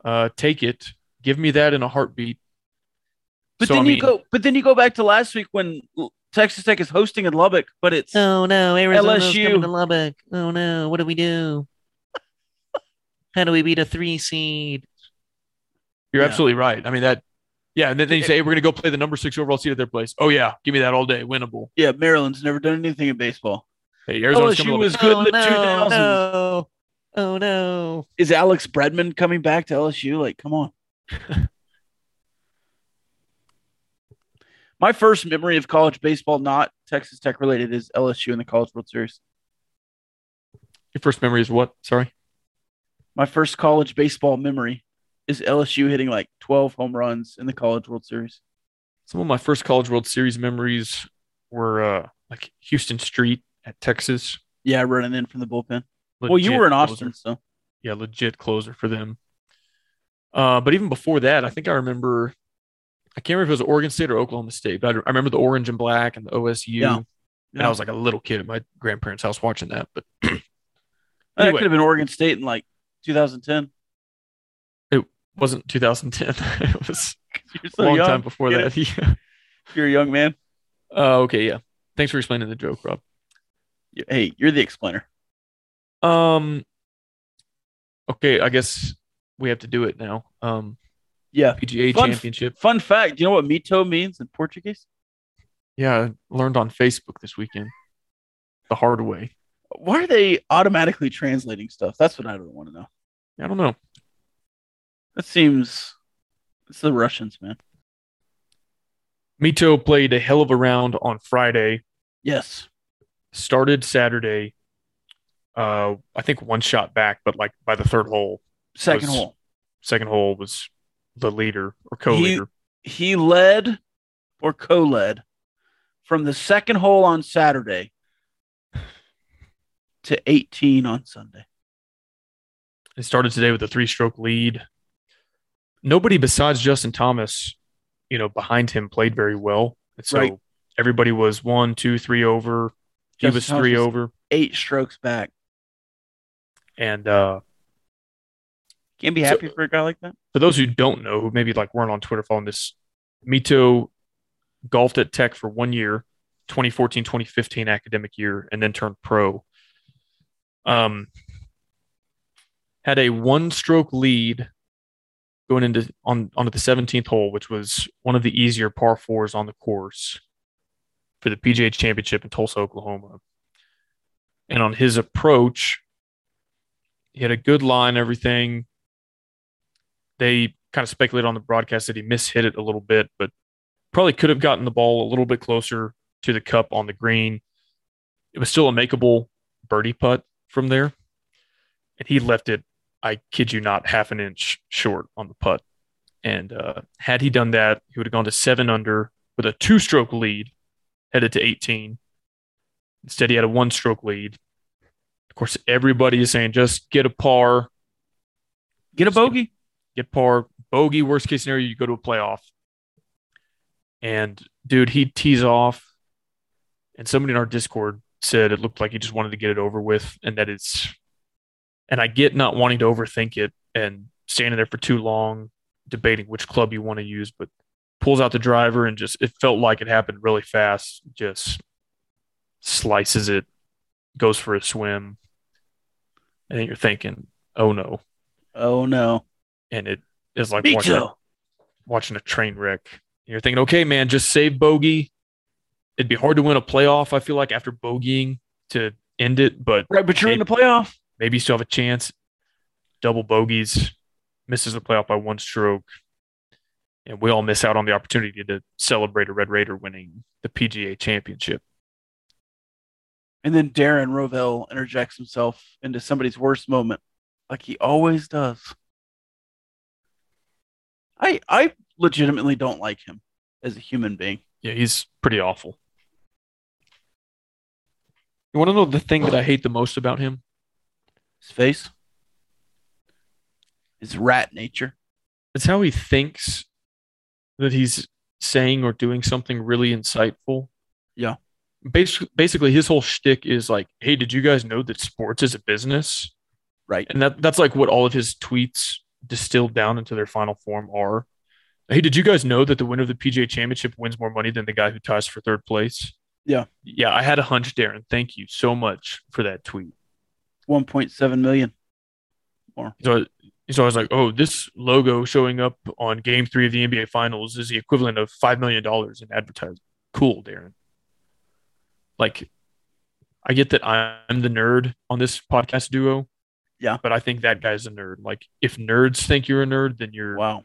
Speaker 3: Uh, take it. Give me that in a heartbeat.
Speaker 2: But
Speaker 3: So,
Speaker 2: then
Speaker 3: I
Speaker 2: you
Speaker 3: mean-
Speaker 2: go but then you go back to last week when L- Texas Tech is hosting in Lubbock, but it's
Speaker 4: Oh no, Arizona's
Speaker 2: LSU.
Speaker 4: coming to Lubbock. Oh no, what do we do? How do we beat a three seed?
Speaker 3: You're
Speaker 2: Yeah.
Speaker 3: absolutely right. I mean that. Yeah, and then then you say hey, we're gonna go play the number six overall seed at their place. Oh yeah, give me that all day. Winnable.
Speaker 2: yeah, Maryland's never done anything in baseball.
Speaker 3: Hey, Arizona's
Speaker 2: LSU
Speaker 3: coming to
Speaker 2: was good
Speaker 4: oh,
Speaker 2: in the
Speaker 4: no,
Speaker 2: 2000s.
Speaker 4: no. Oh no.
Speaker 2: Is Alex Bredman coming back to LSU? Like, come on. My first memory of college baseball, not Texas Tech related, is LSU in the College World Series.
Speaker 3: Your first memory is what? Sorry.
Speaker 2: My first college baseball memory is LSU hitting like 12 home runs in the College World Series.
Speaker 3: Some of my first College World Series memories were uh, like Houston Street at Texas.
Speaker 2: Yeah, running in from the bullpen. well, you
Speaker 3: Legit
Speaker 2: were in
Speaker 3: closer.
Speaker 2: Austin, so
Speaker 3: Yeah, legit closer for them. Uh, but even before that, I think I remember. I can't remember if it was Oregon State or Oklahoma State, but I, I remember the orange and black and the OSU.
Speaker 2: Yeah.
Speaker 3: And I was like a little kid at my grandparents' house watching that. But
Speaker 2: that
Speaker 3: anyway.
Speaker 2: could have been Oregon State in like 2010.
Speaker 3: wasn't 2010. it was
Speaker 2: You're
Speaker 3: a
Speaker 2: so
Speaker 3: long
Speaker 2: young.
Speaker 3: time before
Speaker 2: Get
Speaker 3: that. Yeah.
Speaker 2: You're a young man.
Speaker 3: Uh, okay, yeah. Thanks for explaining the joke, Rob.
Speaker 2: You- Hey, you're the explainer.
Speaker 3: Um. Okay, I guess we have to do it now. Um,
Speaker 2: Yeah.
Speaker 3: PGA
Speaker 2: Fun-
Speaker 3: Championship.
Speaker 2: Fun fact: Do you know what mito means in Portuguese?
Speaker 3: Yeah, I learned on Facebook this weekend the hard way.
Speaker 2: Why are they automatically translating stuff? That's what I don't want to know.
Speaker 3: I don't know.
Speaker 2: That seems it's the Russians, man.
Speaker 3: Mito played a hell of a round on Friday.
Speaker 2: Yes.
Speaker 3: Started Saturday. Uh, I think one shot back, but like by the third hole,
Speaker 2: Second
Speaker 3: Was-
Speaker 2: hole.
Speaker 3: second hole was the leader or co-leader.
Speaker 2: He led or co-led from the second hole on Saturday to 18 on Sunday.
Speaker 3: It started today with a three-stroke lead. Nobody besides Justin Thomas, you know, behind him played very well. And so
Speaker 2: Right.
Speaker 3: everybody was one, two, three over. He
Speaker 2: Justin
Speaker 3: was
Speaker 2: Thomas
Speaker 3: three
Speaker 2: was-
Speaker 3: over,
Speaker 2: Eight strokes back.
Speaker 3: and uh,
Speaker 2: Can't be
Speaker 3: So-
Speaker 2: happy for a guy like that.
Speaker 3: for those who don't know, who maybe like weren't on Twitter following this, Mito golfed at Tech for one year, 2014, 2015 academic year, and then turned pro. Um, had a one stroke lead going into on onto the 17th hole, which was one of the easier par fours on the course for the PGA championship in Tulsa, Oklahoma. And on his approach, he had a good line, everything they kind of speculated on the broadcast that he mishit it a little bit, but probably could have gotten the ball a little bit closer to the cup on the green. It was still a makeable birdie putt from there. And he left it, I kid you not, half an inch short on the putt. And uh, had he done that, he would have gone to seven under with a two stroke lead, headed to 18. Instead, he had a one stroke lead. Of course, everybody is saying just get a par
Speaker 2: Get a
Speaker 3: Just get-
Speaker 2: bogey.
Speaker 3: get par, bogey. Worst case scenario, you go to a playoff. And dude, he tees off, and somebody in our Discord said it looked like he just wanted to get it over with, and that it's. And I get not wanting to overthink it and standing there for too long, debating which club you want to use, but pulls out the driver and just it felt like it happened really fast. Just slices it, goes for a swim, and then you're thinking, "Oh no!"
Speaker 2: Oh no.
Speaker 3: And it is like watching a
Speaker 2: Mito.
Speaker 3: watching a train wreck. You're thinking, okay, man, just save bogey. It'd be hard to win a playoff, I feel like, after bogeying to end it, but
Speaker 2: Right, but you're in the
Speaker 3: Maybe-
Speaker 2: playoff.
Speaker 3: maybe you still have a chance. double bogeys, misses the playoff by one stroke, and we all miss out on the opportunity to celebrate a Red Raider winning the PGA championship.
Speaker 2: And then Darren Rovell interjects himself into somebody's worst moment, like he always does. I I legitimately don't like him as a human being.
Speaker 3: Yeah, he's pretty awful. You want to know the thing that I hate the most about him?
Speaker 2: His face, his rat nature.
Speaker 3: It's how he thinks that he's saying or doing something really insightful.
Speaker 2: Yeah.
Speaker 3: Basically, basically, his whole shtick is like, "Hey, did you guys know that sports is a business?"
Speaker 2: Right.
Speaker 3: And that that's like what all of his tweets distilled down into their final form are. Hey, did you guys know that the winner of the PGA Championship wins more money than the guy who ties for third place?
Speaker 2: Yeah.
Speaker 3: Yeah, I had a hunch, Darren. Thank you so much for that tweet.
Speaker 2: One point seven million.
Speaker 3: So he's always like, "Oh, this logo showing up on Game Three of the NBA Finals is the equivalent of five million dollars in advertising." Cool, Darren. Like, I get that I'm the nerd on this podcast duo.
Speaker 2: Yeah.
Speaker 3: but I think that guy's a nerd. Like, if nerds think you're a nerd, then you're
Speaker 2: Wow.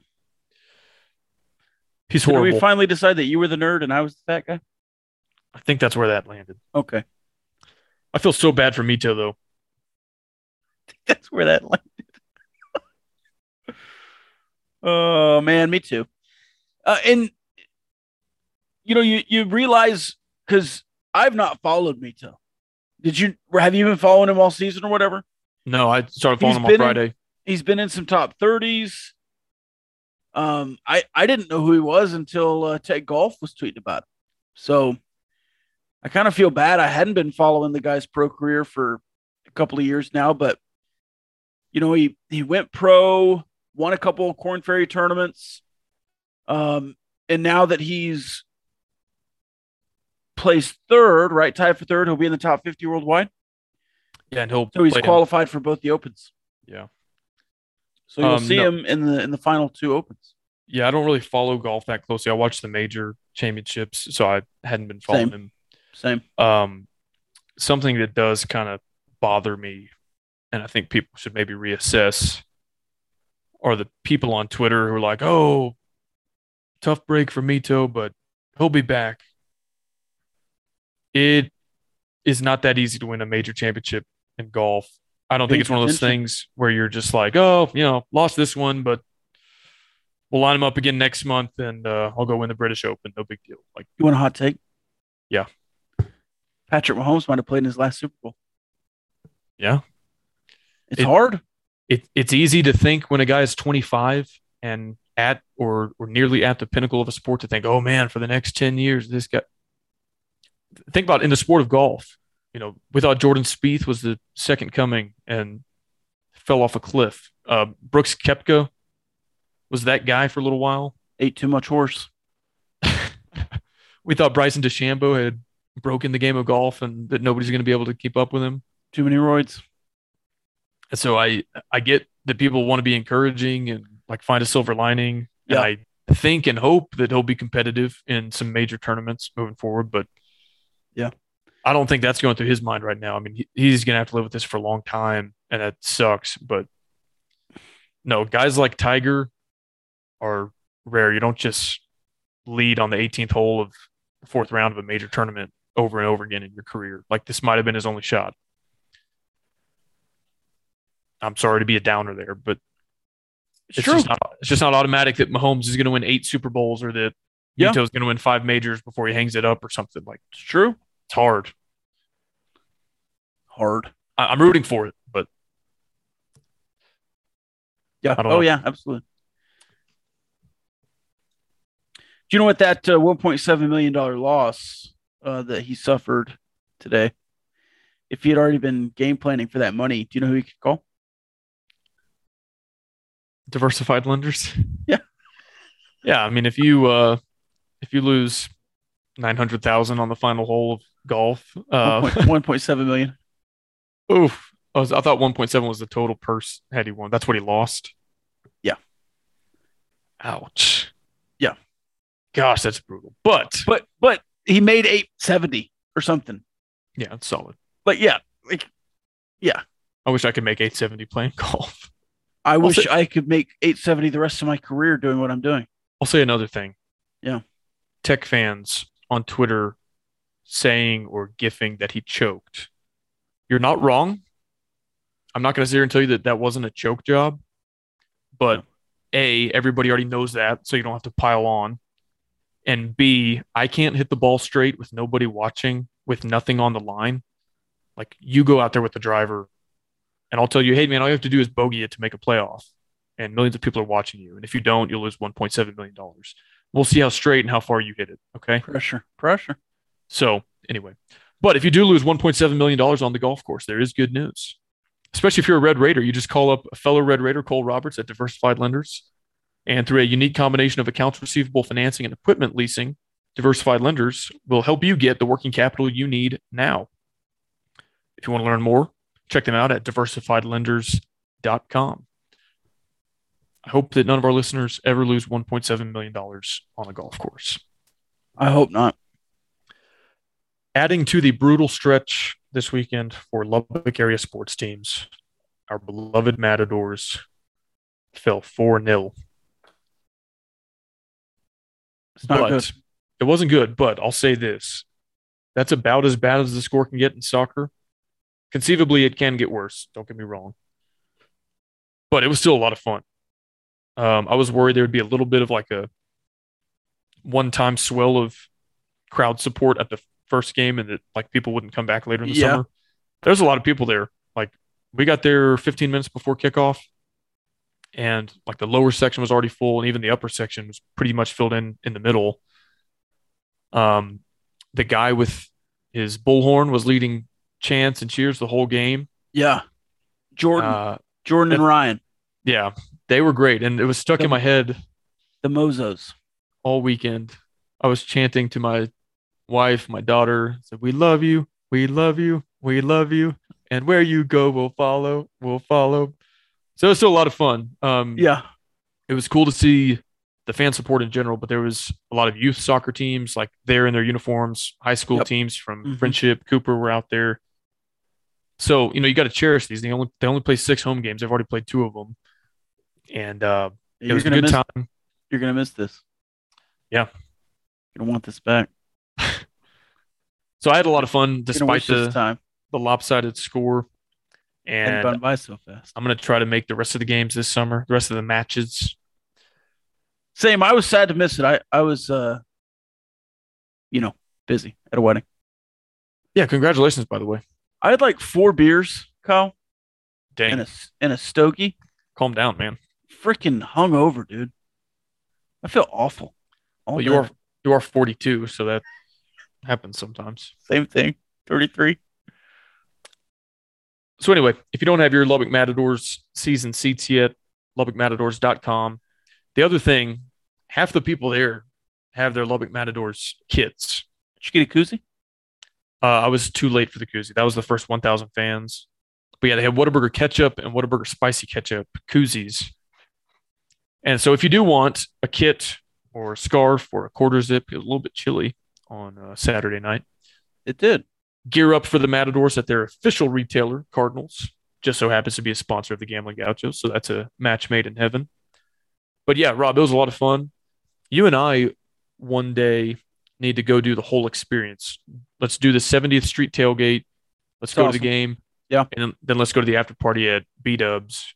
Speaker 3: he's
Speaker 2: Did
Speaker 3: horrible.
Speaker 2: we finally decide that you were the nerd and I was the fat guy?
Speaker 3: I think that's where that landed.
Speaker 2: Okay.
Speaker 3: I feel so bad for Mito though.
Speaker 2: That's where that landed. oh man, me too. Uh, and you know, you you realize because I've not followed Mito. Did you have you been following him all season or whatever?
Speaker 3: No, I started
Speaker 2: He's
Speaker 3: following him on
Speaker 2: been in-
Speaker 3: Friday.
Speaker 2: He's been in some top thirties. Um, I I didn't know who he was until uh, Ted Golf was tweeting about him. So I kind of feel bad. I hadn't been following the guy's pro career for a couple of years now, but you know he he went pro, won a couple of Corn Ferry tournaments, um, and now that he's placed third, right, tied for third, he'll be in the top fifty worldwide.
Speaker 3: yeah, and he'll
Speaker 2: So he's
Speaker 3: play him.
Speaker 2: qualified for both the opens.
Speaker 3: Yeah.
Speaker 2: So you'll
Speaker 3: Um,
Speaker 2: see
Speaker 3: no.
Speaker 2: him in the in the final two opens.
Speaker 3: yeah, I don't really follow golf that closely. I watch the major championships, so I hadn't been following
Speaker 2: Same.
Speaker 3: him.
Speaker 2: Same.
Speaker 3: um, something that does kind of bother me, and I think people should maybe reassess, are the people on Twitter who are like, "Oh, tough break for Mito, but he'll be back." It is not that easy to win a major championship in golf. I don't think it's one of those
Speaker 2: Interesting.
Speaker 3: things where you're just like, "Oh, you know, lost this one, but." We'll line him up again next month, and uh, I'll go win the British Open. No big deal. Like,
Speaker 2: You want a hot take?
Speaker 3: Yeah.
Speaker 2: Patrick Mahomes might have played in his last Super Bowl.
Speaker 3: Yeah.
Speaker 2: It's
Speaker 3: It-
Speaker 2: hard.
Speaker 3: it, it's easy to think when a guy is 25 and at or or nearly at the pinnacle of a sport to think, oh man, for the next 10 years, this guy. Think about in the sport of golf. You know, we thought Jordan Spieth was the second coming and fell off a cliff. Uh, Brooks Kepka was that guy for a little while.
Speaker 2: Ate too much horse.
Speaker 3: we thought Bryson DeChambeau had broken the game of golf and that nobody's going to be able to keep up with him.
Speaker 2: Too many roids.
Speaker 3: And so I I get that people want to be encouraging and like find a silver lining.
Speaker 2: Yeah.
Speaker 3: And I think and hope that he'll be competitive in some major tournaments moving forward. But
Speaker 2: Yeah.
Speaker 3: I don't think that's going through his mind right now. I mean, he, he's going to have to live with this for a long time, and that sucks. But no, guys like Tiger are rare. You don't just lead on the 18th hole of the fourth round of a major tournament over and over again in your career. Like this might have been his only shot. I'm sorry to be a downer there, but
Speaker 2: It's,
Speaker 3: it's
Speaker 2: true.
Speaker 3: just not it's just not automatic that Mahomes is going to win eight Super Bowls or that
Speaker 2: Yeah.
Speaker 3: Mito's going to win five majors before he hangs it up or something. Like
Speaker 2: it's true.
Speaker 3: it's hard.
Speaker 2: Hard.
Speaker 3: I, I'm rooting for it, but
Speaker 2: Yeah.
Speaker 3: I
Speaker 2: Oh,
Speaker 3: don't know.
Speaker 2: yeah. Absolutely. Do you know what that uh, $1.7 million loss uh, that he suffered today? If he had already been game planning for that money, do you know who he could call?
Speaker 3: diversified lenders.
Speaker 2: Yeah.
Speaker 3: yeah. I mean, if you uh, if you lose nine hundred thousand on the final hole of golf, uh,
Speaker 2: 1.7 million.
Speaker 3: oof. I, was, I thought one point seven was the total purse had he won. That's what he lost.
Speaker 2: Yeah.
Speaker 3: Ouch.
Speaker 2: Yeah.
Speaker 3: Gosh, that's brutal. But
Speaker 2: But but he made 870 or something.
Speaker 3: yeah, it's solid.
Speaker 2: But yeah,
Speaker 3: I wish I could make 870 playing golf.
Speaker 2: I
Speaker 3: Well,
Speaker 2: wish
Speaker 3: so-
Speaker 2: I could make 870 the rest of my career doing what I'm doing.
Speaker 3: I'll say another thing.
Speaker 2: Yeah.
Speaker 3: Tech fans on Twitter saying or gifing that he choked. You're not wrong. I'm not going to sit here and tell you that that wasn't a choke job, but A, everybody already knows that, so you don't have to pile on. And B, I can't hit the ball straight with nobody watching, with nothing on the line. Like you go out there with the driver, and I'll tell you, hey, man, all you have to do is bogey it to make a playoff and millions of people are watching you. And if you don't, you'll lose $1.7 million. We'll see how straight and how far you hit it. Okay.
Speaker 2: Pressure, pressure.
Speaker 3: So, anyway, but if you do lose $1.7 million on the golf course, there is good news. Especially if you're a Red Raider, you just call up a fellow Red Raider, Cole Roberts at Diversified Lenders. And through a unique combination of accounts receivable financing and equipment leasing, Diversified Lenders will help you get the working capital you need now. If you want to learn more, check them out at diversifiedlenders.com. I hope that none of our listeners ever lose $1.7 million on a golf course
Speaker 2: I hope not.
Speaker 3: adding to the brutal stretch this weekend for Lubbock area sports teams, our beloved Matadors fell 4 0.
Speaker 2: It's not
Speaker 3: But
Speaker 2: good.
Speaker 3: it wasn't good, but I'll say this that's about as bad as the score can get in soccer. Conceivably, it can get worse. Don't get me wrong. But it was still a lot of fun. Um, I was worried there would be a little bit of like a one time swell of crowd support at the first game and that like people wouldn't come back later in the
Speaker 2: Yeah.
Speaker 3: summer. There's a lot of people there. Like we got there 15 minutes before kickoff and like the lower section was already full and even the upper section was pretty much filled in in the middle. Um, the guy with his bullhorn was leading chants and cheers the whole game.
Speaker 2: Yeah. Jordan,
Speaker 3: Uh,
Speaker 2: Jordan and Ryan,
Speaker 3: yeah, they were great, and it was stuck in my head
Speaker 2: the Mozos.
Speaker 3: all weekend. I was chanting to my wife, my daughter, said, "We love you, we love you, we love you, and where you go, we'll follow, we'll follow." So it was still a lot of fun. Um,
Speaker 2: Yeah.
Speaker 3: it was cool to see the fan support in general, but there was a lot of youth soccer teams like there in their uniforms, high school
Speaker 2: Yep.
Speaker 3: teams from
Speaker 2: Mhm.
Speaker 3: Friendship, Cooper were out there. So, you know, you got to cherish these. They only they only play six home games. They've already played two of them. And uh, it
Speaker 2: You're
Speaker 3: was a
Speaker 2: gonna
Speaker 3: good
Speaker 2: miss,
Speaker 3: time.
Speaker 2: You're gonna miss this.
Speaker 3: Yeah.
Speaker 2: You're gonna want this back.
Speaker 3: So I had a lot of fun
Speaker 2: You're gonna
Speaker 3: despite
Speaker 2: wish this
Speaker 3: the,
Speaker 2: time.
Speaker 3: the lopsided score.
Speaker 2: And
Speaker 3: And
Speaker 2: gone by so fast.
Speaker 3: I'm going to try to make the rest of the games this summer, the rest of the matches.
Speaker 2: Same. I was sad to miss it. I I was uh, you know, busy at a wedding.
Speaker 3: Yeah, congratulations, by the way.
Speaker 2: I had like four beers, Kyle,
Speaker 3: Dang,
Speaker 2: and a s- and a stogie.
Speaker 3: calm down, man.
Speaker 2: Freaking hungover, dude. I feel awful. All
Speaker 3: Well, you
Speaker 2: day.
Speaker 3: are you are 42, so that happens sometimes.
Speaker 2: same thing. Thirty three.
Speaker 3: So anyway, if you don't have your Lubbock Matadors season seats yet, lubbockmatadors.com. The other thing, half the people there have their Lubbock Matadors kits.
Speaker 2: Did you get a koozie?
Speaker 3: Uh, I was too late for the koozie. That was the first 1,000 fans. But yeah, they had Whataburger ketchup and Whataburger spicy ketchup koozies. And so if you do want a kit or a scarf or a quarter zip, it was a little bit chilly on uh, Saturday night.
Speaker 2: It did.
Speaker 3: gear up for the Matadors at their official retailer, Cardinals. Just so happens to be a sponsor of the Gambling Gauchos, so that's a match made in heaven. But yeah, Rob, it was a lot of fun. You and I one day need to go do the whole experience. Let's do the 70th Street tailgate. Let's
Speaker 2: It's
Speaker 3: go to
Speaker 2: awesome.
Speaker 3: the game.
Speaker 2: Yeah.
Speaker 3: And then, then let's go to the after party at B Dubs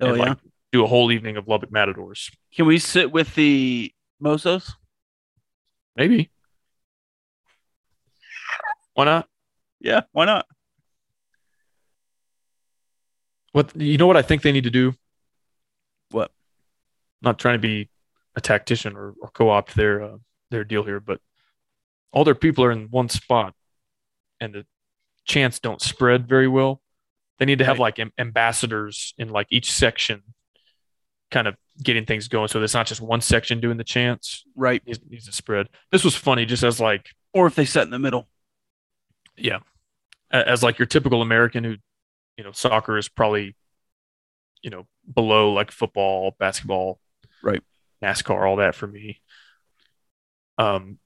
Speaker 2: Oh
Speaker 3: and
Speaker 2: yeah.
Speaker 3: like do a whole evening of Lubbock Matadors.
Speaker 2: Can we sit with the Mozos?
Speaker 3: Maybe. Why not?
Speaker 2: Yeah. Why not?
Speaker 3: What you know what I think they need to do?
Speaker 2: What?
Speaker 3: Not trying to be a tactician or, or co-opt their uh, their deal here, but all their people are in one spot, and the chants don't spread very well. They need to have like am- ambassadors in like each section, kind of getting things going, so there's not just one section doing the chants.
Speaker 2: Right.
Speaker 3: Needs, needs to spread. This was funny, just as like
Speaker 2: Or if they sat in the middle.
Speaker 3: yeah A- as like your typical american who you know soccer is probably you know below like football basketball
Speaker 2: Right.
Speaker 3: nascar all that for me um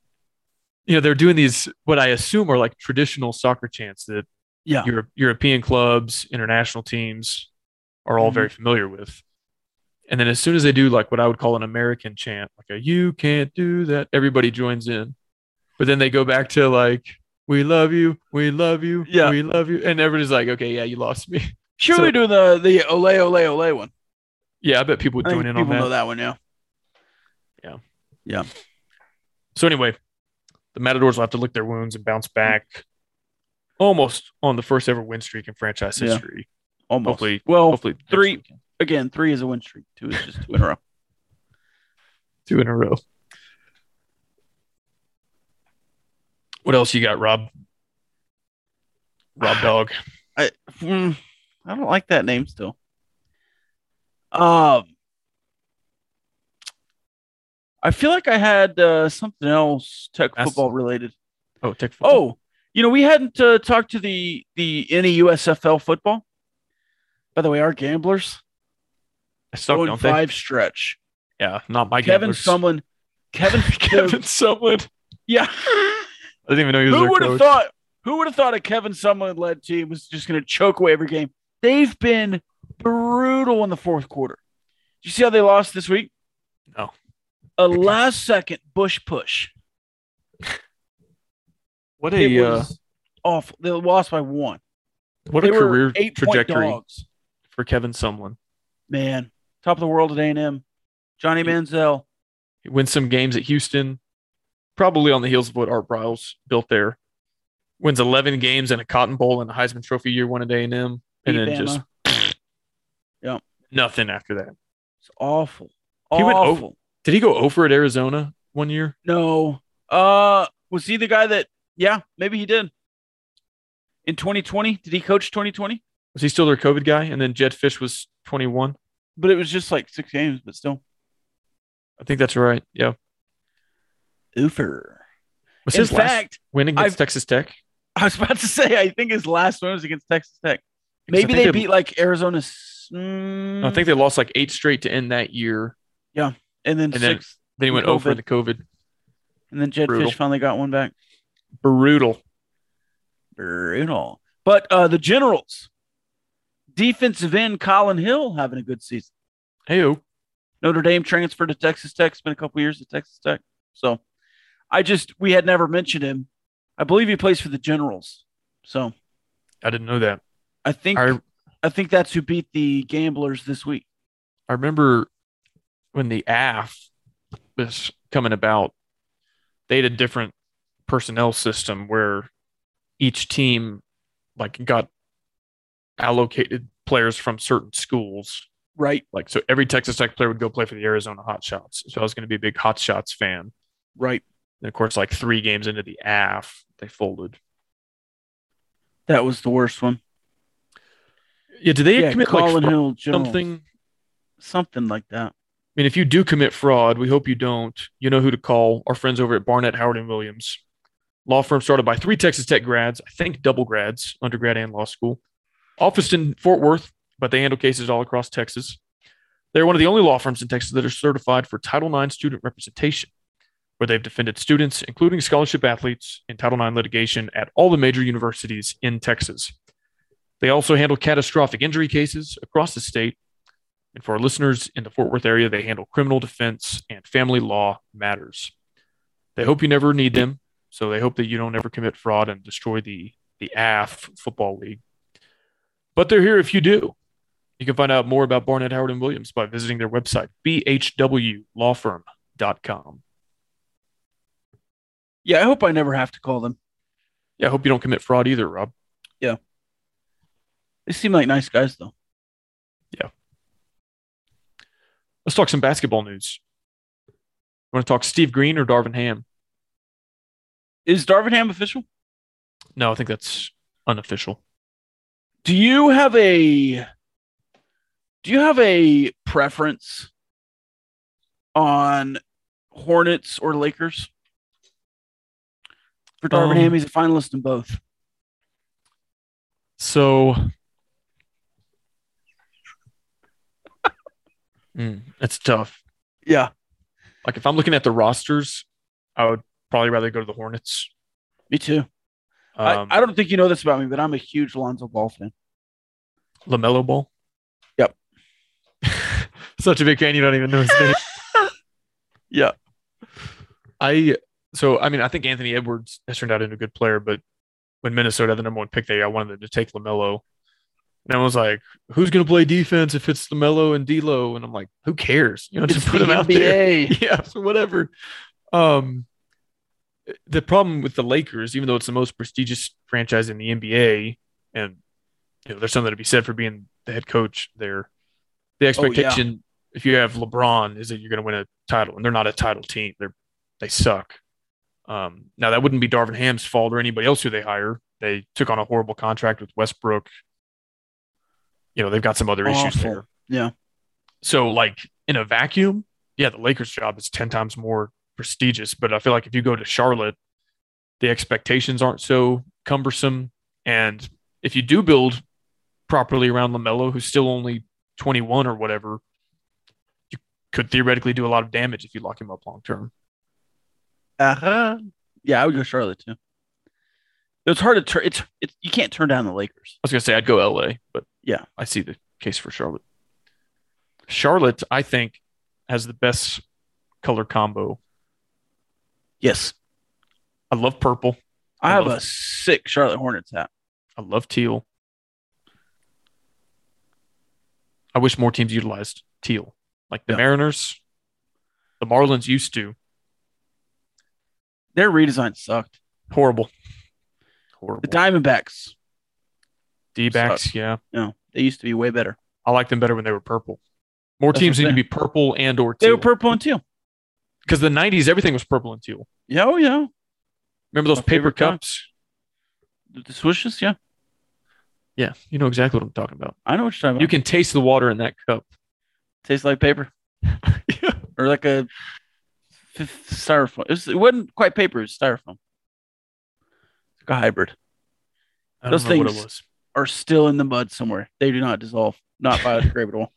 Speaker 3: you know they're doing these what i assume are like traditional soccer chants that
Speaker 2: Yeah.
Speaker 3: Euro- european clubs international teams are all
Speaker 2: Mhm.
Speaker 3: very familiar with. And then as soon as they do like what I would call an American chant, like a you can't do that, everybody joins in. But then they go back to like, we love you, we love you,
Speaker 2: Yeah.
Speaker 3: we love you. And everybody's like, okay, yeah, you lost me.
Speaker 2: Surely do the the ole ole ole one.
Speaker 3: Yeah, I bet people would
Speaker 2: I think
Speaker 3: join in on
Speaker 2: people
Speaker 3: that.
Speaker 2: know that one now.
Speaker 3: So anyway, the Matadors will have to lick their wounds and bounce back almost on the first ever win streak in franchise
Speaker 2: Yeah.
Speaker 3: history.
Speaker 2: Almost.
Speaker 3: Hopefully-
Speaker 2: well,
Speaker 3: Hopefully next
Speaker 2: three-
Speaker 3: weekend.
Speaker 2: again, three is a win streak. Two is just two in a row.
Speaker 3: two in a row. What else you got, Rob? Rob Dog.
Speaker 2: I hmm, I don't like that name still. Um, I feel like I had uh, something else tech
Speaker 3: That's-
Speaker 2: football related.
Speaker 3: Oh, tech football.
Speaker 2: Oh, you know we hadn't uh, talked to the the E NEUSFL football. By the way, our gamblers
Speaker 3: I suck,
Speaker 2: going
Speaker 3: Oh, don't they?
Speaker 2: five stretch.
Speaker 3: Yeah, not my
Speaker 2: Kevin
Speaker 3: gamblers.
Speaker 2: Sumlin, Kevin
Speaker 3: Kevin Sumlin.
Speaker 2: yeah.
Speaker 3: I didn't even know he was
Speaker 2: Who
Speaker 3: their
Speaker 2: would have
Speaker 3: coach.
Speaker 2: thought? Who would have thought a Kevin Sumlin led team was just going to choke away every game? They've been brutal in the fourth quarter. Did you see how they lost this week?
Speaker 3: No.
Speaker 2: A last second Bush push.
Speaker 3: What
Speaker 2: It
Speaker 3: a uh,
Speaker 2: was awful. They lost by one.
Speaker 3: what
Speaker 2: they
Speaker 3: a
Speaker 2: were
Speaker 3: career
Speaker 2: eight-point
Speaker 3: trajectory
Speaker 2: dogs.
Speaker 3: for Kevin Sumlin.
Speaker 2: Man, top of the world at A&M. Johnny Manziel.
Speaker 3: He wins some games at Houston, probably on the heels of what Art Briles built there. Wins 11 games and a Cotton Bowl and a Heisman Trophy year one at A&M, and
Speaker 2: Beat
Speaker 3: then
Speaker 2: Bama.
Speaker 3: just
Speaker 2: Yep.
Speaker 3: nothing after that.
Speaker 2: It's awful.
Speaker 3: He went
Speaker 2: awful.
Speaker 3: over- Did he go over at Arizona one year?
Speaker 2: No. Uh was he the guy that yeah, maybe he did. In 2020, did he coach 2020?
Speaker 3: Was he still their COVID guy? And then Jed Fish was 21.
Speaker 2: But it was just like six games, but still.
Speaker 3: I think that's right. Yeah.
Speaker 2: Oofer.
Speaker 3: Was
Speaker 2: In
Speaker 3: his last
Speaker 2: fact,
Speaker 3: win against
Speaker 2: I've-
Speaker 3: Texas Tech?
Speaker 2: I was about to say I think his last one was against Texas Tech. Maybe
Speaker 3: I think
Speaker 2: they beat like Arizona s- mm,
Speaker 3: I think they lost like eight straight to end that year.
Speaker 2: and then
Speaker 3: and then-
Speaker 2: six
Speaker 3: Then he went over
Speaker 2: COVID.
Speaker 3: in the COVID.
Speaker 2: and then Jed
Speaker 3: brutal.
Speaker 2: Fish finally got one back.
Speaker 3: Brutal.
Speaker 2: Brutal. But uh the Generals. Defensive end Colin Hill having a good season.
Speaker 3: Hey, oh.
Speaker 2: Notre Dame transferred to Texas Tech. Spent a couple years at Texas Tech. So I just we had never mentioned him. I believe he plays for the Generals. So
Speaker 3: I didn't know that.
Speaker 2: I think
Speaker 3: I
Speaker 2: I, think that's who beat the Gamblers this week.
Speaker 3: I remember when the AF was coming about, they had a different personnel system where each team like got allocated players from certain schools.
Speaker 2: Right,
Speaker 3: Like so every Texas Tech player would go play for the Arizona Hotshots. So I was going to be a big Hotshots fan.
Speaker 2: right.
Speaker 3: And of course, like three games into the AF, they folded.
Speaker 2: That was the worst one.
Speaker 3: Yeah, do they
Speaker 2: yeah,
Speaker 3: commit like
Speaker 2: Colin
Speaker 3: fraud-
Speaker 2: Hill Generals,
Speaker 3: something?
Speaker 2: something like that.
Speaker 3: I mean, if you do commit fraud, we hope you don't. You know who to call. Our friends over at Barnett, Howard, and Williams. Law firm started by three Texas Tech grads, I think double grads, undergrad and law school. Office in Fort Worth, but they handle cases all across Texas. They're one of the only law firms in Texas that are certified for Title IX student representation, where they've defended students, including scholarship athletes, in Title IX litigation at all the major universities in Texas. They also handle catastrophic injury cases across the state. And for our listeners in the Fort Worth area, they handle criminal defense and family law matters. They hope you never need them. So they hope that you don't ever commit fraud and destroy the, the AF Football League. But they're here if you do. You can find out more about Barnett, Howard, and Williams by visiting their website, bhwlawfirm.com.
Speaker 2: Yeah, I hope I never have to call them.
Speaker 3: Yeah, I hope you don't commit fraud either, Rob.
Speaker 2: They seem like nice guys though.
Speaker 3: Let's talk some basketball news. You want to talk Steve Green or Darvin Ham?
Speaker 2: Is Darvin Ham official?
Speaker 3: No, I think that's unofficial.
Speaker 2: Do you have a do you have a preference on Hornets or Lakers? For Darvin
Speaker 3: Um,
Speaker 2: Ham, he's a finalist in both.
Speaker 3: So Mm, that's tough.
Speaker 2: Yeah,
Speaker 3: Like if I'm looking at the rosters, I would probably rather go to the Hornets.
Speaker 2: me too.
Speaker 3: Um,
Speaker 2: I, I don't think you know this about me, but I'm a huge Lonzo Ball fan.
Speaker 3: Lamelo Ball.
Speaker 2: Yep.
Speaker 3: Such a big fan, you don't even know his name.
Speaker 2: Yeah.
Speaker 3: I so I mean I think Anthony Edwards has turned out into a good player, but when Minnesota had the number one pick, they I wanted them to take Lamelo, and I was like, "Who's going to play defense if it's Lamelo and D'Lo?" And I'm like, "Who cares? You know, just put
Speaker 2: the
Speaker 3: them out there."
Speaker 2: NBA.
Speaker 3: yeah, so whatever. Um, the problem with the Lakers, even though it's the most prestigious franchise in the NBA, and you know, there's something to be said for being the head coach there.
Speaker 2: Oh,
Speaker 3: The
Speaker 2: yeah.
Speaker 3: expectation, if you have LeBron, is that you're going to win a title, and they're not a title team. They're they suck. Um, now that wouldn't be Darvin Ham's fault or anybody else who they hire. They took on a horrible contract with Westbrook. You know they've got some other issues
Speaker 2: Awful.
Speaker 3: there.
Speaker 2: Yeah.
Speaker 3: So, like in a vacuum, yeah, the Lakers job is 10 times more prestigious. But I feel like if you go to Charlotte, the expectations aren't so cumbersome. And if you do build properly around LaMelo, who's still only 21 or whatever, you could theoretically do a lot of damage if you lock him up long term.
Speaker 2: Uh-huh. Yeah, I would go Charlotte too. It's hard to turn. It's, it's you can't turn down the Lakers.
Speaker 3: I was going to say I'd go LA, but
Speaker 2: Yeah.
Speaker 3: I see the case for Charlotte. Charlotte, I think, has the best color combo.
Speaker 2: Yes,
Speaker 3: I love purple.
Speaker 2: I
Speaker 3: I
Speaker 2: have
Speaker 3: love
Speaker 2: a sick Charlotte Hornets hat.
Speaker 3: I love teal. I wish more teams utilized teal, like the
Speaker 2: Yeah.
Speaker 3: Mariners, the Marlins used to.
Speaker 2: Their redesign sucked.
Speaker 3: Horrible, horrible.
Speaker 2: The Diamondbacks,
Speaker 3: D backs, yeah,
Speaker 2: no, they used to be way better.
Speaker 3: I liked them better when they were purple. More
Speaker 2: That's
Speaker 3: teams
Speaker 2: what
Speaker 3: need
Speaker 2: I'm
Speaker 3: to be purple and or
Speaker 2: They
Speaker 3: teal
Speaker 2: were purple and teal.
Speaker 3: because the '90s everything was purple and teal.
Speaker 2: Yeah, oh yeah,
Speaker 3: Remember those
Speaker 2: My
Speaker 3: paper
Speaker 2: favorite color.
Speaker 3: cups?
Speaker 2: the, the swishes. Yeah,
Speaker 3: Yeah, you know exactly what I'm talking about.
Speaker 2: I know what you're talking about.
Speaker 3: You can taste the water in that cup.
Speaker 2: taste like paper or like a f- styrofoam. It, was, it wasn't quite paper; it was styrofoam. It's like a hybrid.
Speaker 3: I don't
Speaker 2: Those
Speaker 3: know what
Speaker 2: things-
Speaker 3: it was.
Speaker 2: Are still in the mud somewhere. They do not dissolve. Not biodegradable.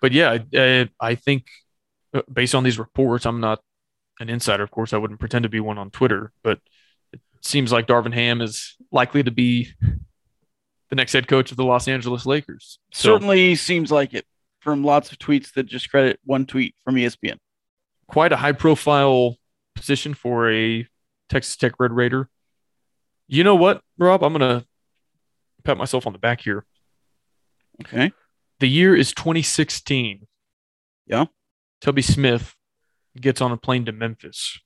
Speaker 3: but yeah, I- I, I think uh, based on these reports, I'm not an insider, of course. I wouldn't pretend to be one on Twitter, but it seems like Darvin Ham is likely to be the next head coach of the Los Angeles Lakers. So,
Speaker 2: Certainly seems like it from lots of tweets that just credit one tweet from E ESPN.
Speaker 3: quite a high profile position for a Texas Tech Red Raider. You know what, Rob? I'm going to pat myself on the back here.
Speaker 2: Okay.
Speaker 3: The year is 2016.
Speaker 2: Yeah.
Speaker 3: Tubby Smith gets on a plane to Memphis.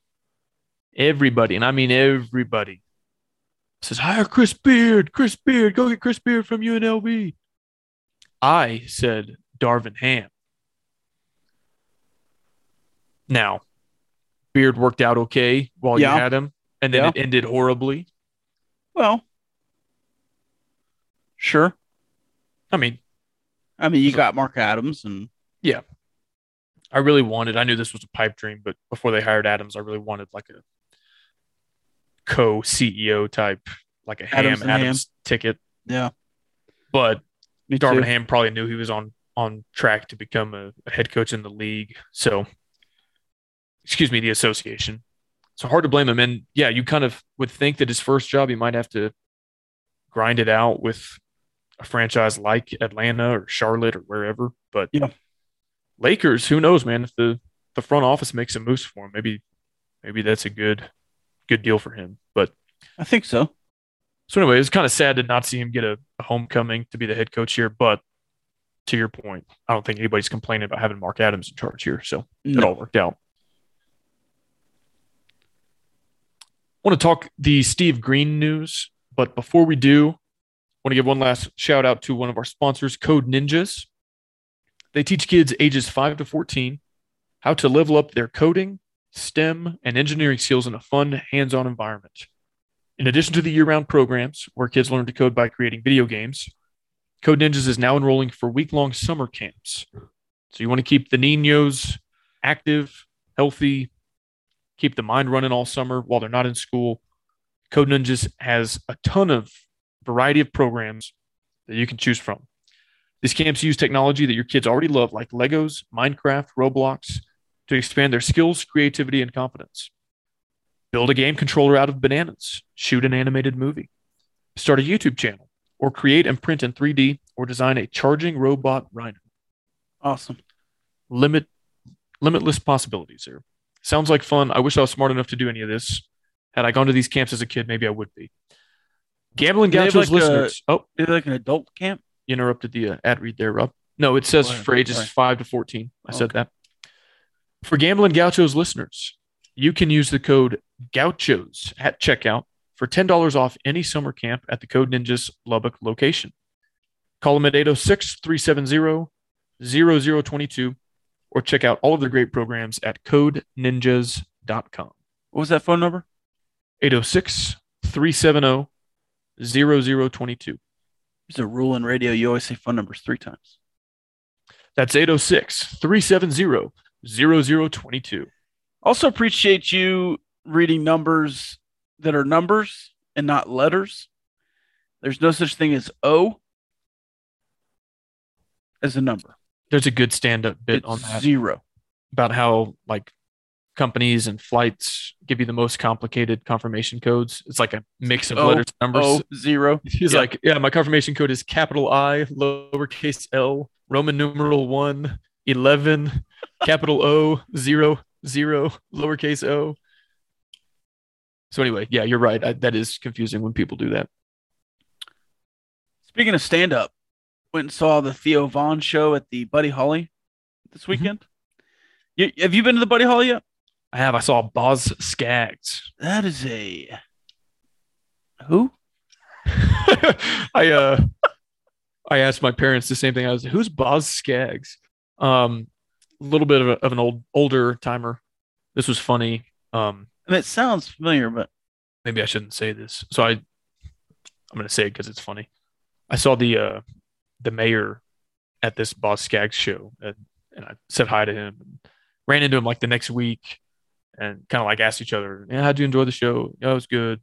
Speaker 3: Everybody, and I mean everybody, says, Hire Chris Beard. Chris Beard. Go get Chris Beard from UNLV. I said Darvin Ham. Now, Beard worked out okay while
Speaker 2: Yeah.
Speaker 3: you had him, and then
Speaker 2: Yeah.
Speaker 3: it ended horribly.
Speaker 2: Well, sure.
Speaker 3: I mean,
Speaker 2: I mean, you got Mark Adams and
Speaker 3: I really wanted. I knew this was a pipe dream, but before they hired Adams, I really wanted like a co CEO type, like a Ham
Speaker 2: Adams and
Speaker 3: Adams,
Speaker 2: Ham.
Speaker 3: ticket.
Speaker 2: yeah,
Speaker 3: But
Speaker 2: me
Speaker 3: Darvin
Speaker 2: too.
Speaker 3: Ham probably knew he was on on track to become a, a head coach in the league. So, excuse me, the association. So hard to blame him. And yeah, you kind of would think that his first job, he might have to grind it out with a franchise like Atlanta or Charlotte or wherever. But
Speaker 2: Yeah.
Speaker 3: Lakers, who knows, man? If the the front office makes some moves for him, maybe maybe that's a good good deal for him. But
Speaker 2: I think so.
Speaker 3: so anyway, it was kind of sad to not see him get a, a homecoming to be the head coach here. But to your point, I don't think anybody's complaining about having Mark Adams in charge here. So it
Speaker 2: No.
Speaker 3: all worked out. I want to talk the Steve Green news, but before we do, I want to give one last shout out to one of our sponsors, Code Ninjas. They teach kids ages 5 to 14 how to level up their coding, STEM, and engineering skills in a fun, hands on environment. In addition to the year round programs where kids learn to code by creating video games, Code Ninjas is now enrolling for week long summer camps. So you want to keep the Ninos active, healthy, keep the mind running all summer while they're not in school. Code Ninjas has a ton of variety of programs that you can choose from. These camps use technology that your kids already love, like Legos, Minecraft, Roblox, to expand their skills, creativity, and confidence. Build a game controller out of bananas, shoot an animated movie, start a YouTube channel, or create and print in 3D or design a charging robot rhino.
Speaker 2: Awesome.
Speaker 3: limit limitless possibilities here. Sounds like fun. I wish I was smart enough to do any of this. Had I gone to these camps as a kid, maybe I would be. Gambling
Speaker 2: Do they have,
Speaker 3: Gauchos
Speaker 2: like, a-
Speaker 3: listeners. oh,
Speaker 2: Is it like an adult camp?
Speaker 3: you interrupted the uh, ad read there, Rob. No, it says
Speaker 2: Go ahead.
Speaker 3: for ages
Speaker 2: Sorry.
Speaker 3: 5 to 14. I said
Speaker 2: Okay.
Speaker 3: that. For Gambling Gauchos listeners, you can use the code GAUCHOS at checkout for $10 off any summer camp at the Code Ninjas Lubbock location. Call them at 806 370 0022 or check out all of their great programs at codeninjas.com.
Speaker 2: What was that phone number?
Speaker 3: 806 370 0022.
Speaker 2: There's a rule in radio. You always say phone numbers three times.
Speaker 3: That's 806 370 0022.
Speaker 2: Also appreciate you reading numbers that are numbers and not letters. There's no such thing as O as a number.
Speaker 3: There's a good stand up bit
Speaker 2: It's
Speaker 3: on that
Speaker 2: zero.
Speaker 3: about how, like, companies and flights give you the most complicated confirmation codes. It's like a mix of
Speaker 2: O,
Speaker 3: letters and numbers.
Speaker 2: O zero.
Speaker 3: He's
Speaker 2: Oh, yeah.
Speaker 3: like, Yeah, my confirmation code is capital I, lowercase l, Roman numeral one, 11, capital O, zero, zero, lowercase o. So, anyway, yeah, you're right. I, that is confusing when people do that.
Speaker 2: Speaking of stand up, went and saw the Theo Vaughn show at the Buddy Holly this weekend. You, have you been to the Buddy Holly yet?
Speaker 3: I have. I saw Boz Skaggs.
Speaker 2: That is a who?
Speaker 3: I uh, I asked my parents the same thing. I was, "Who's Boz Skaggs?" Um, a little bit of, a, of an old older timer. This was funny. Um,
Speaker 2: And it sounds familiar, but
Speaker 3: maybe I shouldn't say this. So I, I'm gonna say it because it's funny. I saw the uh, the mayor at this Boz Skaggs show, and, and I said hi to him. ran into him like the next week, and kind of like asked each other, "Yeah, how'd you enjoy the show? Yeah, it was good."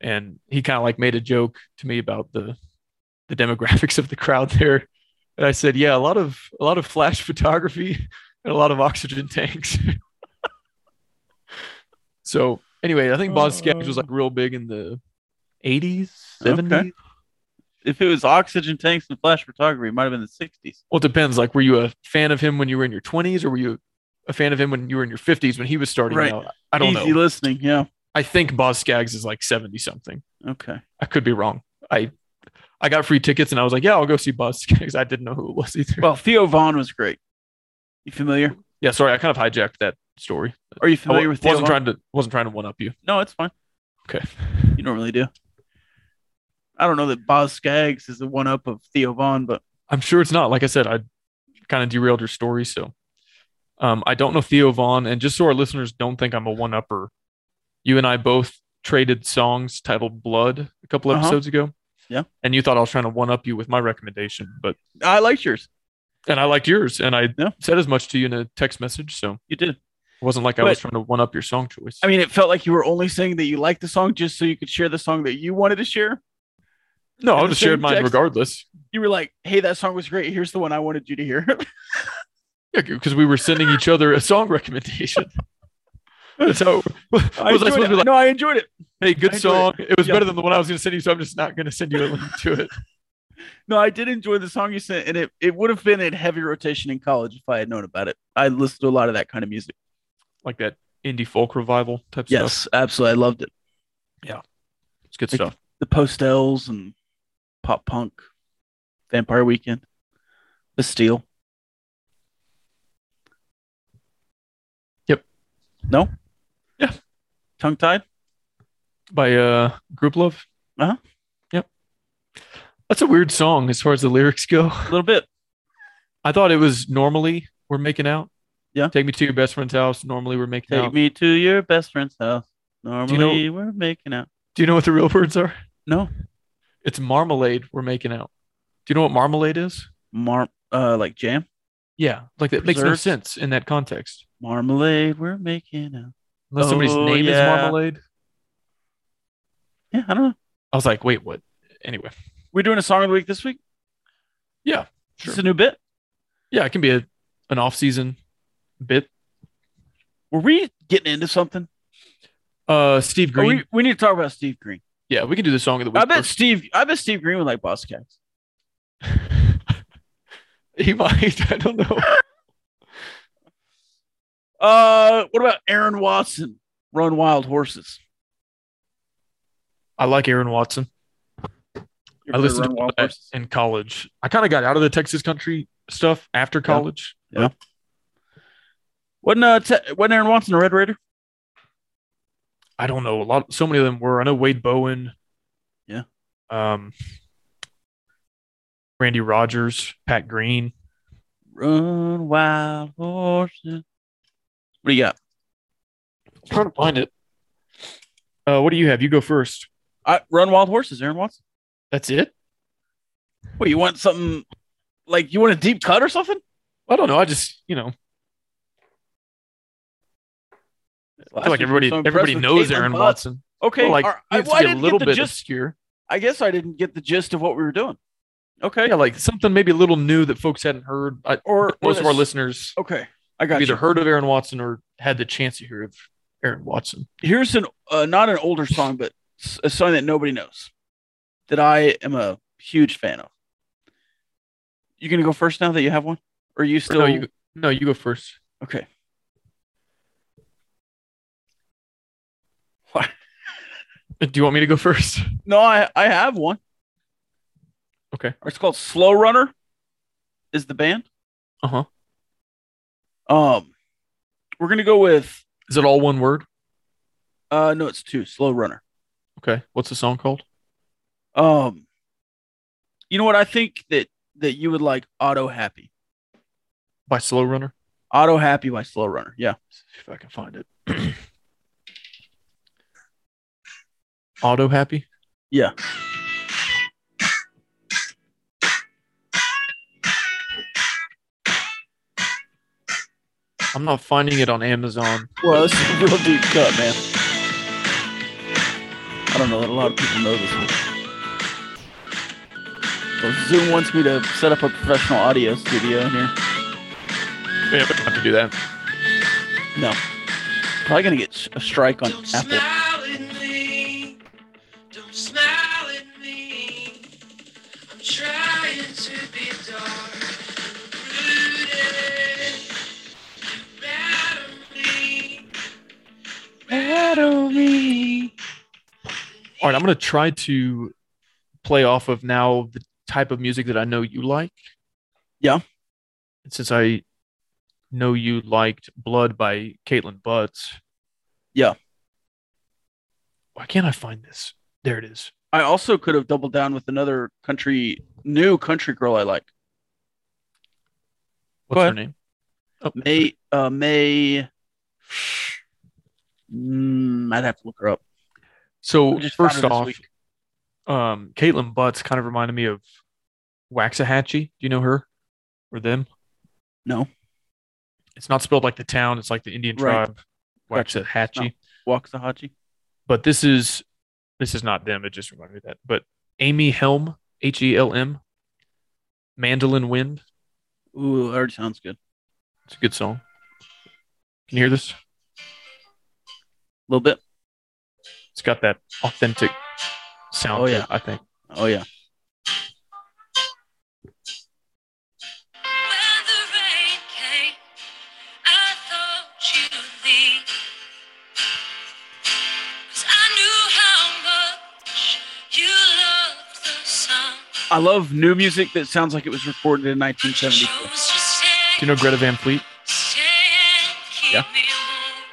Speaker 3: And he kind of like made a joke to me about the the demographics of the crowd there, and I said, "Yeah, a lot of a lot of flash photography and a lot of oxygen tanks." so anyway, I think Boz Skaggs
Speaker 2: Uh-huh.
Speaker 3: was like real big in the 80s, 70s.
Speaker 2: Okay. if it was oxygen tanks and flash photography, it might have been the 60s.
Speaker 3: Well, it depends. Like, were you a fan of him when you were in your 20s, or were you a fan of him when you were in your 50s when he was starting
Speaker 2: Right.
Speaker 3: out? I don't
Speaker 2: Easy
Speaker 3: know.
Speaker 2: listening. Yeah.
Speaker 3: I think Boz Skaggs is like 70 something.
Speaker 2: Okay.
Speaker 3: I could be wrong. I I got free tickets and I was like, yeah, I'll go see Boz Skaggs. I didn't know who it was either.
Speaker 2: Well, Theo Vaughn was great. You familiar?
Speaker 3: yeah, sorry, I kind of hijacked that story.
Speaker 2: Are you
Speaker 3: I wa-
Speaker 2: familiar with Theo?
Speaker 3: wasn't
Speaker 2: Vaughn?
Speaker 3: trying to wasn't trying to one up you.
Speaker 2: No, it's fine.
Speaker 3: Okay.
Speaker 2: You don't really do. I don't know that Boz Skaggs is the one up of Theo Vaughn, but
Speaker 3: I'm sure it's not. Like I said, I kind of derailed your story. So um, I don't know Theo Vaughn. And just so our listeners don't think I'm a one upper, you and I both traded songs titled Blood a couple
Speaker 2: Uh-huh.
Speaker 3: episodes ago.
Speaker 2: Yeah.
Speaker 3: And you thought I was trying to one up you with my recommendation, but
Speaker 2: I liked yours.
Speaker 3: and I liked yours. And I
Speaker 2: Yeah.
Speaker 3: said as much to you in a text message. So
Speaker 2: You did.
Speaker 3: it wasn't like I was trying to one up your song choice.
Speaker 2: I mean, it felt like you were only saying that you liked the song just so you could share the song that you wanted to share.
Speaker 3: no, I
Speaker 2: in
Speaker 3: would
Speaker 2: the
Speaker 3: have shared
Speaker 2: same
Speaker 3: mine
Speaker 2: text-
Speaker 3: regardless.
Speaker 2: You were like, "Hey, that song was great. Here's the one I wanted you to hear."
Speaker 3: Yeah, because we were sending each other a song recommendation. That's how was I supposed
Speaker 2: enjoyed
Speaker 3: to
Speaker 2: it.
Speaker 3: be like,
Speaker 2: no, I enjoyed it.
Speaker 3: Hey, good
Speaker 2: I enjoyed
Speaker 3: song. It, was
Speaker 2: Yeah.
Speaker 3: better than the one I was going to send you, so I'm just not going to send you a link to it.
Speaker 2: No, I did enjoy the song you sent, and it, it would have been in heavy rotation in college if I had known about it. I listened to a lot of that kind of music.
Speaker 3: Like that indie folk revival type
Speaker 2: Yes,
Speaker 3: stuff.
Speaker 2: absolutely. I loved it.
Speaker 3: It's good
Speaker 2: Like-
Speaker 3: stuff.
Speaker 2: The Postels and pop punk, Vampire Weekend, Bastille.
Speaker 3: Yep.
Speaker 2: No.
Speaker 3: Yeah.
Speaker 2: Tongue tied.
Speaker 3: By uh, Group Love.
Speaker 2: Uh-huh.
Speaker 3: Yep. That's a weird song as far as the lyrics go.
Speaker 2: A little bit.
Speaker 3: I thought it was normally we're making out.
Speaker 2: Yeah.
Speaker 3: Take me to your best friend's house. Normally we're making
Speaker 2: Take
Speaker 3: out.
Speaker 2: me to your best friend's house. Normally we're making out.
Speaker 3: Do you know what the real words are?
Speaker 2: No.
Speaker 3: It's marmalade. We're making out. Do you know what marmalade is?
Speaker 2: Mar uh like jam.
Speaker 3: Yeah. Like that makes no
Speaker 2: Preserves?
Speaker 3: sense in that context.
Speaker 2: Marmalade, we're making out.
Speaker 3: Unless somebody's
Speaker 2: Oh,
Speaker 3: name is
Speaker 2: yeah.
Speaker 3: marmalade.
Speaker 2: Yeah, I don't know.
Speaker 3: I was like, wait, what? Anyway.
Speaker 2: We're doing a song of the week this week.
Speaker 3: Yeah,
Speaker 2: It's
Speaker 3: sure.
Speaker 2: a new bit.
Speaker 3: Yeah, it can be a, an off season bit.
Speaker 2: Were we getting into something?
Speaker 3: Uh, Steve
Speaker 2: Are
Speaker 3: Green.
Speaker 2: We, we need to talk about Steve Green.
Speaker 3: yeah, we can do the song of the week.
Speaker 2: I bet
Speaker 3: first.
Speaker 2: Steve. I bet Steve Green would like Boss Cats.
Speaker 3: he might. I don't know.
Speaker 2: Uh, what about Aaron Watson? Run wild horses.
Speaker 3: I like Aaron Watson.
Speaker 2: You're
Speaker 3: I
Speaker 2: gonna
Speaker 3: listened
Speaker 2: run
Speaker 3: to all that in college. I kind of got out of the Texas country stuff after college.
Speaker 2: Wasn't uh, te- wasn't Aaron Watson a Red Raider?
Speaker 3: I don't know. A lot, so many of them were. I know Wade Bowen.
Speaker 2: Yeah.
Speaker 3: Um, Randy Rogers, Pat Green.
Speaker 2: Run wild horses. What do you got?
Speaker 3: I'm trying to find it. Uh, what do you have? You go first.
Speaker 2: I, run wild horses, Aaron Watson.
Speaker 3: That's it.
Speaker 2: What you want? Something like you want a deep cut or something?
Speaker 3: I don't know. I just, you know, I feel like everybody, everybody knows Aaron Watson.
Speaker 2: Okay,
Speaker 3: Well, like,
Speaker 2: all right.
Speaker 3: it
Speaker 2: I,
Speaker 3: has to
Speaker 2: well, I
Speaker 3: be a
Speaker 2: didn't
Speaker 3: little
Speaker 2: get the
Speaker 3: bit
Speaker 2: gist.
Speaker 3: obscure.
Speaker 2: I guess I didn't get the gist of what we were doing. Okay,
Speaker 3: Yeah, like something maybe a little new that folks hadn't heard. I,
Speaker 2: or or
Speaker 3: most of our
Speaker 2: this-
Speaker 3: listeners
Speaker 2: Okay, I
Speaker 3: have
Speaker 2: got you.
Speaker 3: either heard of Aaron Watson or had the chance to hear of Aaron Watson.
Speaker 2: here's an uh, not an older song, but s- a song that nobody knows that I am a huge fan of. You gonna go first now that you have one, or are you
Speaker 3: Or
Speaker 2: still?
Speaker 3: no, you, no, you go first.
Speaker 2: Okay.
Speaker 3: Do you want me to go first?
Speaker 2: No, I I have one.
Speaker 3: Okay.
Speaker 2: It's called Slow Runner. Is the band?
Speaker 3: Uh huh.
Speaker 2: Um, we're gonna go with
Speaker 3: Is it all one word?
Speaker 2: uh no, it's two. Slow Runner.
Speaker 3: Okay. What's the song called?
Speaker 2: Um, you know what? I think that that you would like Auto Happy.
Speaker 3: By Slow Runner.
Speaker 2: Auto Happy by Slow Runner. Yeah.
Speaker 3: See if I can find it. Auto Happy.
Speaker 2: Yeah.
Speaker 3: I'm not finding it on Amazon.
Speaker 2: Well, this is a real deep cut, man. I don't know that a lot of people know this one. So Zoom wants me to set up a professional audio studio in here.
Speaker 3: Yeah, but I have to do that.
Speaker 2: No. Probably gonna get s- a strike on Apple.
Speaker 5: smile at me. Don't smile at me. I'm trying to be dark and rooted. You battle me.
Speaker 2: Battle me.
Speaker 3: All right, I'm going to try to play off of now the type of music that I know you like.
Speaker 2: Yeah.
Speaker 3: And since I know you liked Blood by Caitlin Butts.
Speaker 2: Yeah.
Speaker 3: Why can't I find this? There it is.
Speaker 2: I also could have doubled down with another country, new country girl I like.
Speaker 3: What's her
Speaker 2: ahead.
Speaker 3: name? Oh,
Speaker 2: May, uh, May. Mm, I'd have to look her up.
Speaker 3: So
Speaker 2: I just found
Speaker 3: first
Speaker 2: her this
Speaker 3: off,
Speaker 2: week.
Speaker 3: um, Caitlin Butts kind of reminded me of Waxahachie. Do you know her or them?
Speaker 2: No.
Speaker 3: It's not spelled like the town. It's like the Indian
Speaker 2: Right.
Speaker 3: tribe,
Speaker 2: Gotcha.
Speaker 3: Waxahachie.
Speaker 2: No. Waxahachie.
Speaker 3: But this is this is not them. It just reminded me of that. But Amy Helm, H E L M, Mandolin Wind.
Speaker 2: Ooh, that already sounds good.
Speaker 3: It's a good song. Can you hear this?
Speaker 2: A little bit.
Speaker 3: It's got that authentic sound.
Speaker 2: Oh,
Speaker 3: to it,
Speaker 2: yeah.
Speaker 3: I think.
Speaker 2: Oh yeah.
Speaker 5: When the rain came, I thought you'd leave. 'Cause I knew how much you loved the sun.
Speaker 2: I love new music that sounds like it was recorded in 1974.
Speaker 5: Chose to stay.
Speaker 3: Do you know Greta Van Fleet?
Speaker 5: Stay and keep
Speaker 2: Yeah.
Speaker 5: me warm.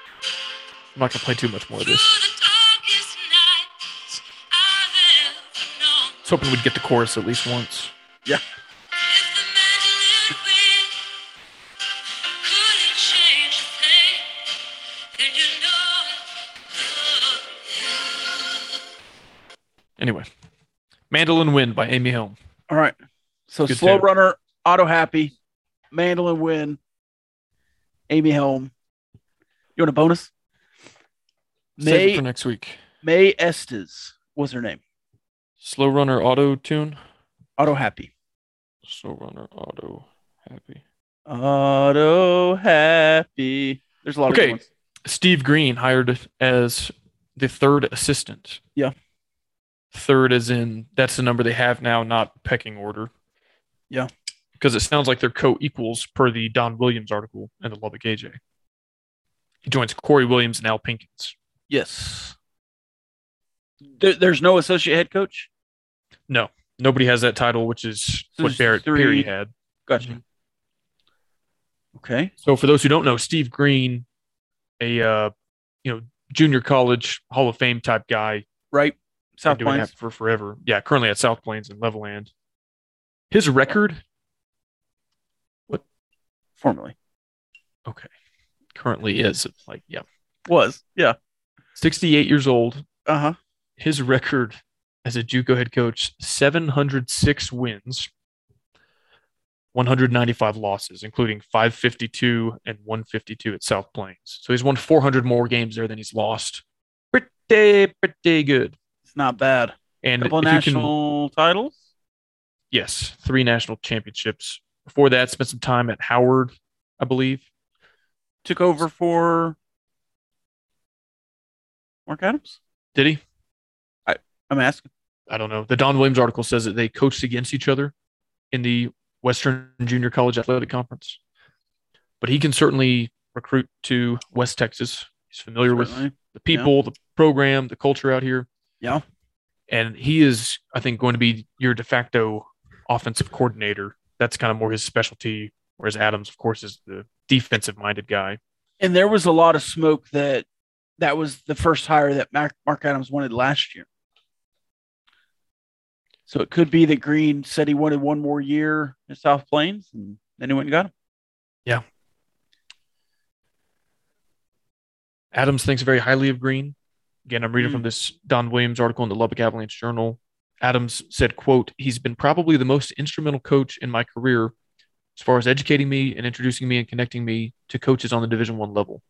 Speaker 3: I'm not gonna play too much more of
Speaker 5: Through
Speaker 3: this.
Speaker 5: the darkest nights I've ever known.
Speaker 3: I was hoping we'd get the chorus at least once.
Speaker 5: If the Magdalene wind couldn't change a thing, then you know
Speaker 3: Anyway, Mandolin Wind by Amy Helm.
Speaker 2: All right. So
Speaker 3: Good
Speaker 2: slow
Speaker 3: tune.
Speaker 2: runner, auto happy, mandolin win, Amy Helm. You want a bonus?
Speaker 3: Save it
Speaker 2: May
Speaker 3: for next week.
Speaker 2: May Estes was her name.
Speaker 3: Slow runner auto tune.
Speaker 2: Auto happy.
Speaker 3: Slow runner auto happy.
Speaker 2: Auto happy. There's a lot
Speaker 3: Okay.
Speaker 2: of good ones.
Speaker 3: Steve Green hired as the third assistant.
Speaker 2: Yeah.
Speaker 3: Third as in that's the number they have now, not pecking order.
Speaker 2: Yeah.
Speaker 3: Because it sounds like they're co equals per the Don Williams article in the Lubbock AJ. He joins Corey Williams and Al Pinkins.
Speaker 2: Yes. There, there's no associate head coach.
Speaker 3: Nobody has that title, which is
Speaker 2: So
Speaker 3: what
Speaker 2: there's
Speaker 3: Barrett
Speaker 2: three-
Speaker 3: Perry had.
Speaker 2: Gotcha.
Speaker 3: Mm-hmm.
Speaker 2: Okay.
Speaker 3: So for those who don't know, Steve Green, a uh, you know junior college Hall of Fame type guy,
Speaker 2: Right. South
Speaker 3: been doing
Speaker 2: Plains.
Speaker 3: that for forever. Yeah, currently at South Plains and Leveland. His record
Speaker 2: Formerly
Speaker 3: currently is like yeah,
Speaker 2: was. Yeah.
Speaker 3: 68 years old.
Speaker 2: Uh huh.
Speaker 3: His record as a JUCO head coach: 706 wins, 195 losses, including 552 and 152 at South Plains. So he's won 400 more games there than he's lost. Pretty pretty good.
Speaker 2: It's not bad.
Speaker 3: And
Speaker 2: Couple
Speaker 3: if you can-
Speaker 2: national titles.
Speaker 3: Yes, three national championships. Before that, spent some time at Howard, I believe.
Speaker 2: Took over for Mark Adams.
Speaker 3: Did he?
Speaker 2: I'm asking.
Speaker 3: I don't know. The Don Williams article says that they coached against each other in the Western Junior College Athletic Conference. But he can certainly recruit to West Texas. He's familiar with
Speaker 2: Certainly.
Speaker 3: the people, the program, the culture out here.
Speaker 2: Yeah.
Speaker 3: And he is, I think, going to be your de facto offensive coordinator. That's kind of more his specialty. Whereas Adams, of course, is the defensive minded guy.
Speaker 2: And there was a lot of smoke that that was the first hire that Mark, Mark Adams wanted last year. So it could be that Green said he wanted one more year in South Plains, and then he went and got him.
Speaker 3: Adams thinks very highly of Green. Again, I'm reading
Speaker 2: Hmm.
Speaker 3: from this Don Williams article in the Lubbock Avalanche Journal. Adams said, quote, he's been probably the most instrumental coach in my career as far as educating me and introducing me and connecting me to coaches on the Division One level.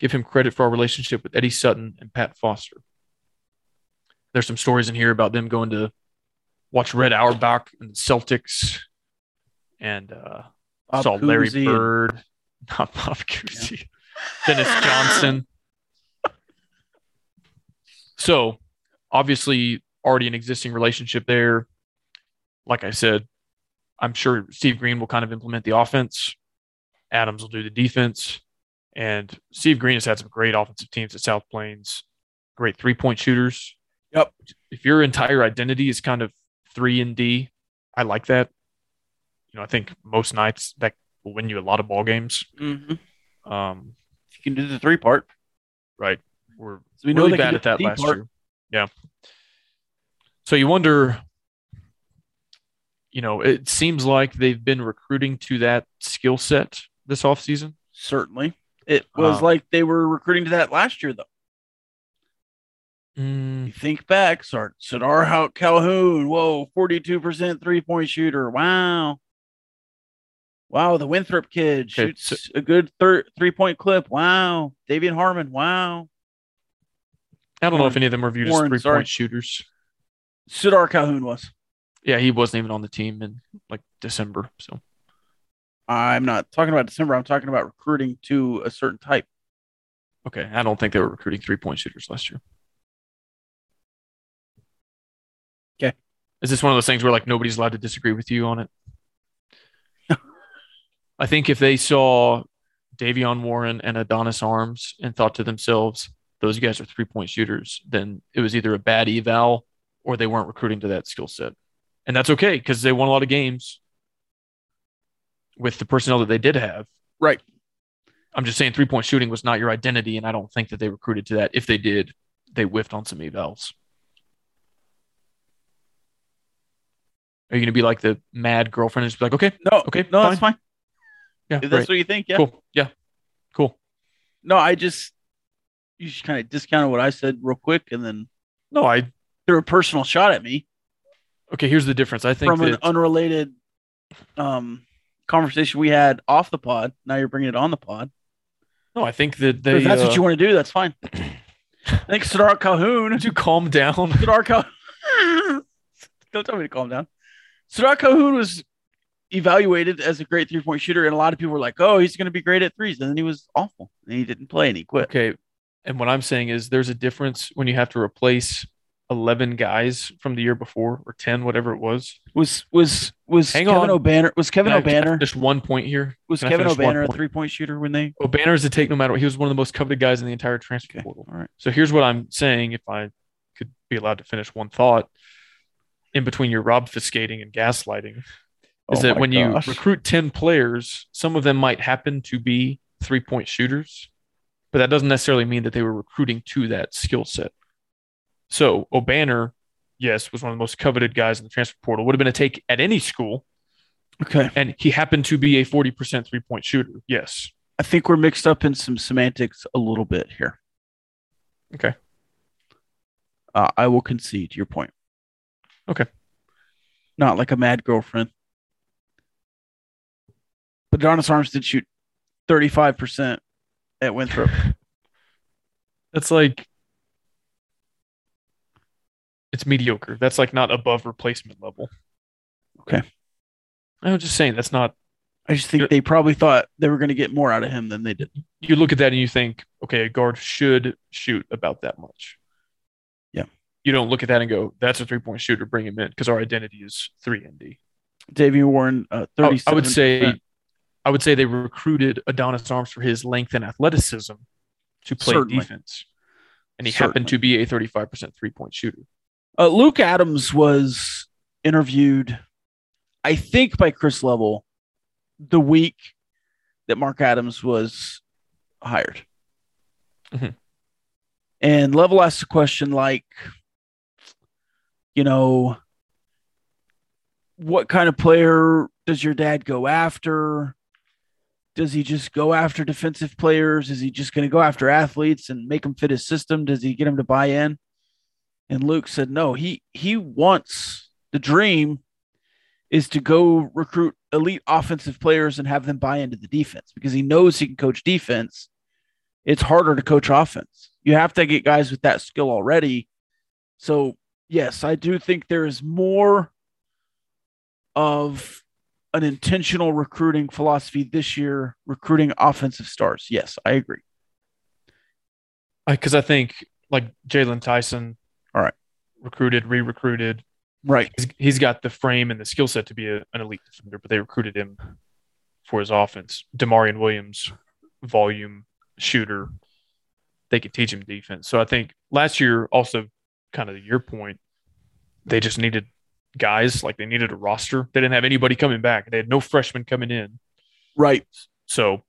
Speaker 3: Give him credit for our relationship with Eddie Sutton and Pat Foster. There's some stories in here about them going to watch Red Auerbach and the Celtics and uh,
Speaker 2: Bob
Speaker 3: saw Larry
Speaker 2: Cousy and-
Speaker 3: Bird, not Bob Cousy, Dennis Johnson. So, obviously, already an existing relationship there. Like I said, I'm sure Steve Green will kind of implement the offense. Adams will do the defense. And Steve Green has had some great offensive teams at South Plains, great three point shooters.
Speaker 2: Yep.
Speaker 3: If your entire identity is kind of three and D, I like that. You know, I think most nights that will win you a lot of ball games.
Speaker 2: Mhm.
Speaker 3: Um,
Speaker 2: If you can do the three part,
Speaker 3: right. We're
Speaker 2: So we know they
Speaker 3: really
Speaker 2: can
Speaker 3: bad
Speaker 2: do
Speaker 3: at that
Speaker 2: the
Speaker 3: last
Speaker 2: part.
Speaker 3: year. Yeah. So you wonder, you know, it seems like they've been recruiting to that skill set this offseason.
Speaker 2: Certainly, it was
Speaker 3: Um,
Speaker 2: like they were recruiting to that last year, though. You think back, Sar Sadar Hal- Calhoun, whoa, 42% three point shooter. Wow. Wow, the Winthrop kid
Speaker 3: Okay,
Speaker 2: shoots a good thir- three point clip. Wow. Davian Harmon, wow.
Speaker 3: I don't know if
Speaker 2: Warren-
Speaker 3: any of them were viewed as
Speaker 2: Warren,
Speaker 3: three
Speaker 2: sorry.
Speaker 3: point shooters.
Speaker 2: Sadar Calhoun was.
Speaker 3: Yeah, he wasn't even on the team in like December. So
Speaker 2: I'm not talking about December. I'm talking about recruiting to a certain type.
Speaker 3: okay, I don't think they were recruiting three point shooters last year.
Speaker 2: Okay.
Speaker 3: Is this one of those things where like nobody's allowed to disagree with you on it? I think if they saw Davion Warren and Adonis Arms and thought to themselves, those guys are three point shooters, then it was either a bad eval or they weren't recruiting to that skill set. And that's okay because they won a lot of games with the personnel that they did have.
Speaker 2: Right.
Speaker 3: I'm just saying three point shooting was not your identity, and I don't think that they recruited to that. If they did, they whiffed on some evals. Are you going to be like the mad girlfriend and just be like, okay,
Speaker 2: No,
Speaker 3: Okay,
Speaker 2: No, that's fine.
Speaker 3: yeah,
Speaker 2: If
Speaker 3: great,
Speaker 2: that's what you think. Yeah.
Speaker 3: cool, yeah, cool.
Speaker 2: No, I just, you just kind of discounted what I said real quick and then
Speaker 3: No, I
Speaker 2: threw a personal shot at me.
Speaker 3: okay. Here's the difference. I think
Speaker 2: from an
Speaker 3: that
Speaker 2: unrelated um conversation we had off the pod. Now you're bringing it on the pod.
Speaker 3: no, I think that
Speaker 2: So
Speaker 3: they.
Speaker 2: if that's
Speaker 3: uh,
Speaker 2: what you want to do, that's fine. I think Sadar Calhoun.
Speaker 3: Would you calm down?
Speaker 2: Sadar Calhoun. Don't tell me to calm down. Sadar Calhoun was evaluated as a great three point shooter, and a lot of people were like, "Oh, he's going to be great at threes. and then he was awful, and he didn't play, and he quit.
Speaker 3: Okay. And what I'm saying is there's a difference when you have to replace 11 guys from the year before or 10, whatever it was.
Speaker 2: Was was was
Speaker 3: Hang
Speaker 2: Kevin
Speaker 3: on.
Speaker 2: O'Banner was Kevin
Speaker 3: Can I- can I
Speaker 2: O'Banner
Speaker 3: Just one point here.
Speaker 2: was
Speaker 3: can I
Speaker 2: Kevin
Speaker 3: finish one
Speaker 2: O'Banner a
Speaker 3: point?
Speaker 2: three point shooter when they
Speaker 3: O'Banner is a take no matter what. He was one of the most coveted guys in the entire transfer
Speaker 2: Okay.
Speaker 3: portal.
Speaker 2: All right.
Speaker 3: So here's what I'm saying if I could be allowed to finish one thought in between your Rob fiscating and gaslighting is
Speaker 2: Oh
Speaker 3: that
Speaker 2: my
Speaker 3: when
Speaker 2: gosh.
Speaker 3: you recruit 10 players, some of them might happen to be three point shooters, but that doesn't necessarily mean that they were recruiting to that skill set. So O'Banner, yes, was one of the most coveted guys in the transfer portal, would have been a take at any school,
Speaker 2: Okay.
Speaker 3: and he happened to be a 40% three point shooter. Yes.
Speaker 2: I think we're mixed up in some semantics a little bit here.
Speaker 3: Okay.
Speaker 2: Uh, I will concede your point.
Speaker 3: Okay.
Speaker 2: Not like a mad girlfriend. But Adonis Arms did shoot 35% at Winthrop.
Speaker 3: That's like it's mediocre. That's like not above replacement level.
Speaker 2: Okay.
Speaker 3: I was just saying that's not
Speaker 2: I just think they probably thought they were going to get more out of him than they did.
Speaker 3: you look at that and you think, okay, a guard should shoot about that much.
Speaker 2: Yeah.
Speaker 3: You don't look at that and go, that's a three point shooter, bring him in, because our identity is three and D.
Speaker 2: Davy Warren, uh,
Speaker 3: I-
Speaker 2: 37
Speaker 3: I would say I would say they recruited Adonis Arms for his length and athleticism to play
Speaker 2: Certainly.
Speaker 3: defense. And he happened
Speaker 2: Certainly.
Speaker 3: to be a 35% three point shooter.
Speaker 2: Uh, Luke Adams was interviewed, I think, by Chris Level the week that Mark Adams was hired.
Speaker 3: Mhm.
Speaker 2: And Level asked a question like, you know, what kind of player does your dad go after? Does he just go after defensive players? Is he just going to go after athletes and make them fit his system? Does he get them to buy in? And Luke said, no, he he wants the dream is to go recruit elite offensive players and have them buy into the defense because he knows he can coach defense. It's harder to coach offense. You have to get guys with that skill already. So, yes, I do think there is more of an intentional recruiting philosophy this year, recruiting offensive stars. Yes, I agree.
Speaker 3: because I think like Jalen Tyson,
Speaker 2: All right.
Speaker 3: recruited, re-recruited.
Speaker 2: Right.
Speaker 3: He's, he's got the frame and the skill set to be a, an elite defender, but they recruited him for his offense. Demarion Williams, volume shooter, they could teach him defense. So I think last year, also kind of your point, they just needed guys like they needed a roster. They didn't have anybody coming back. They had no freshmen coming in.
Speaker 2: Right.
Speaker 3: So,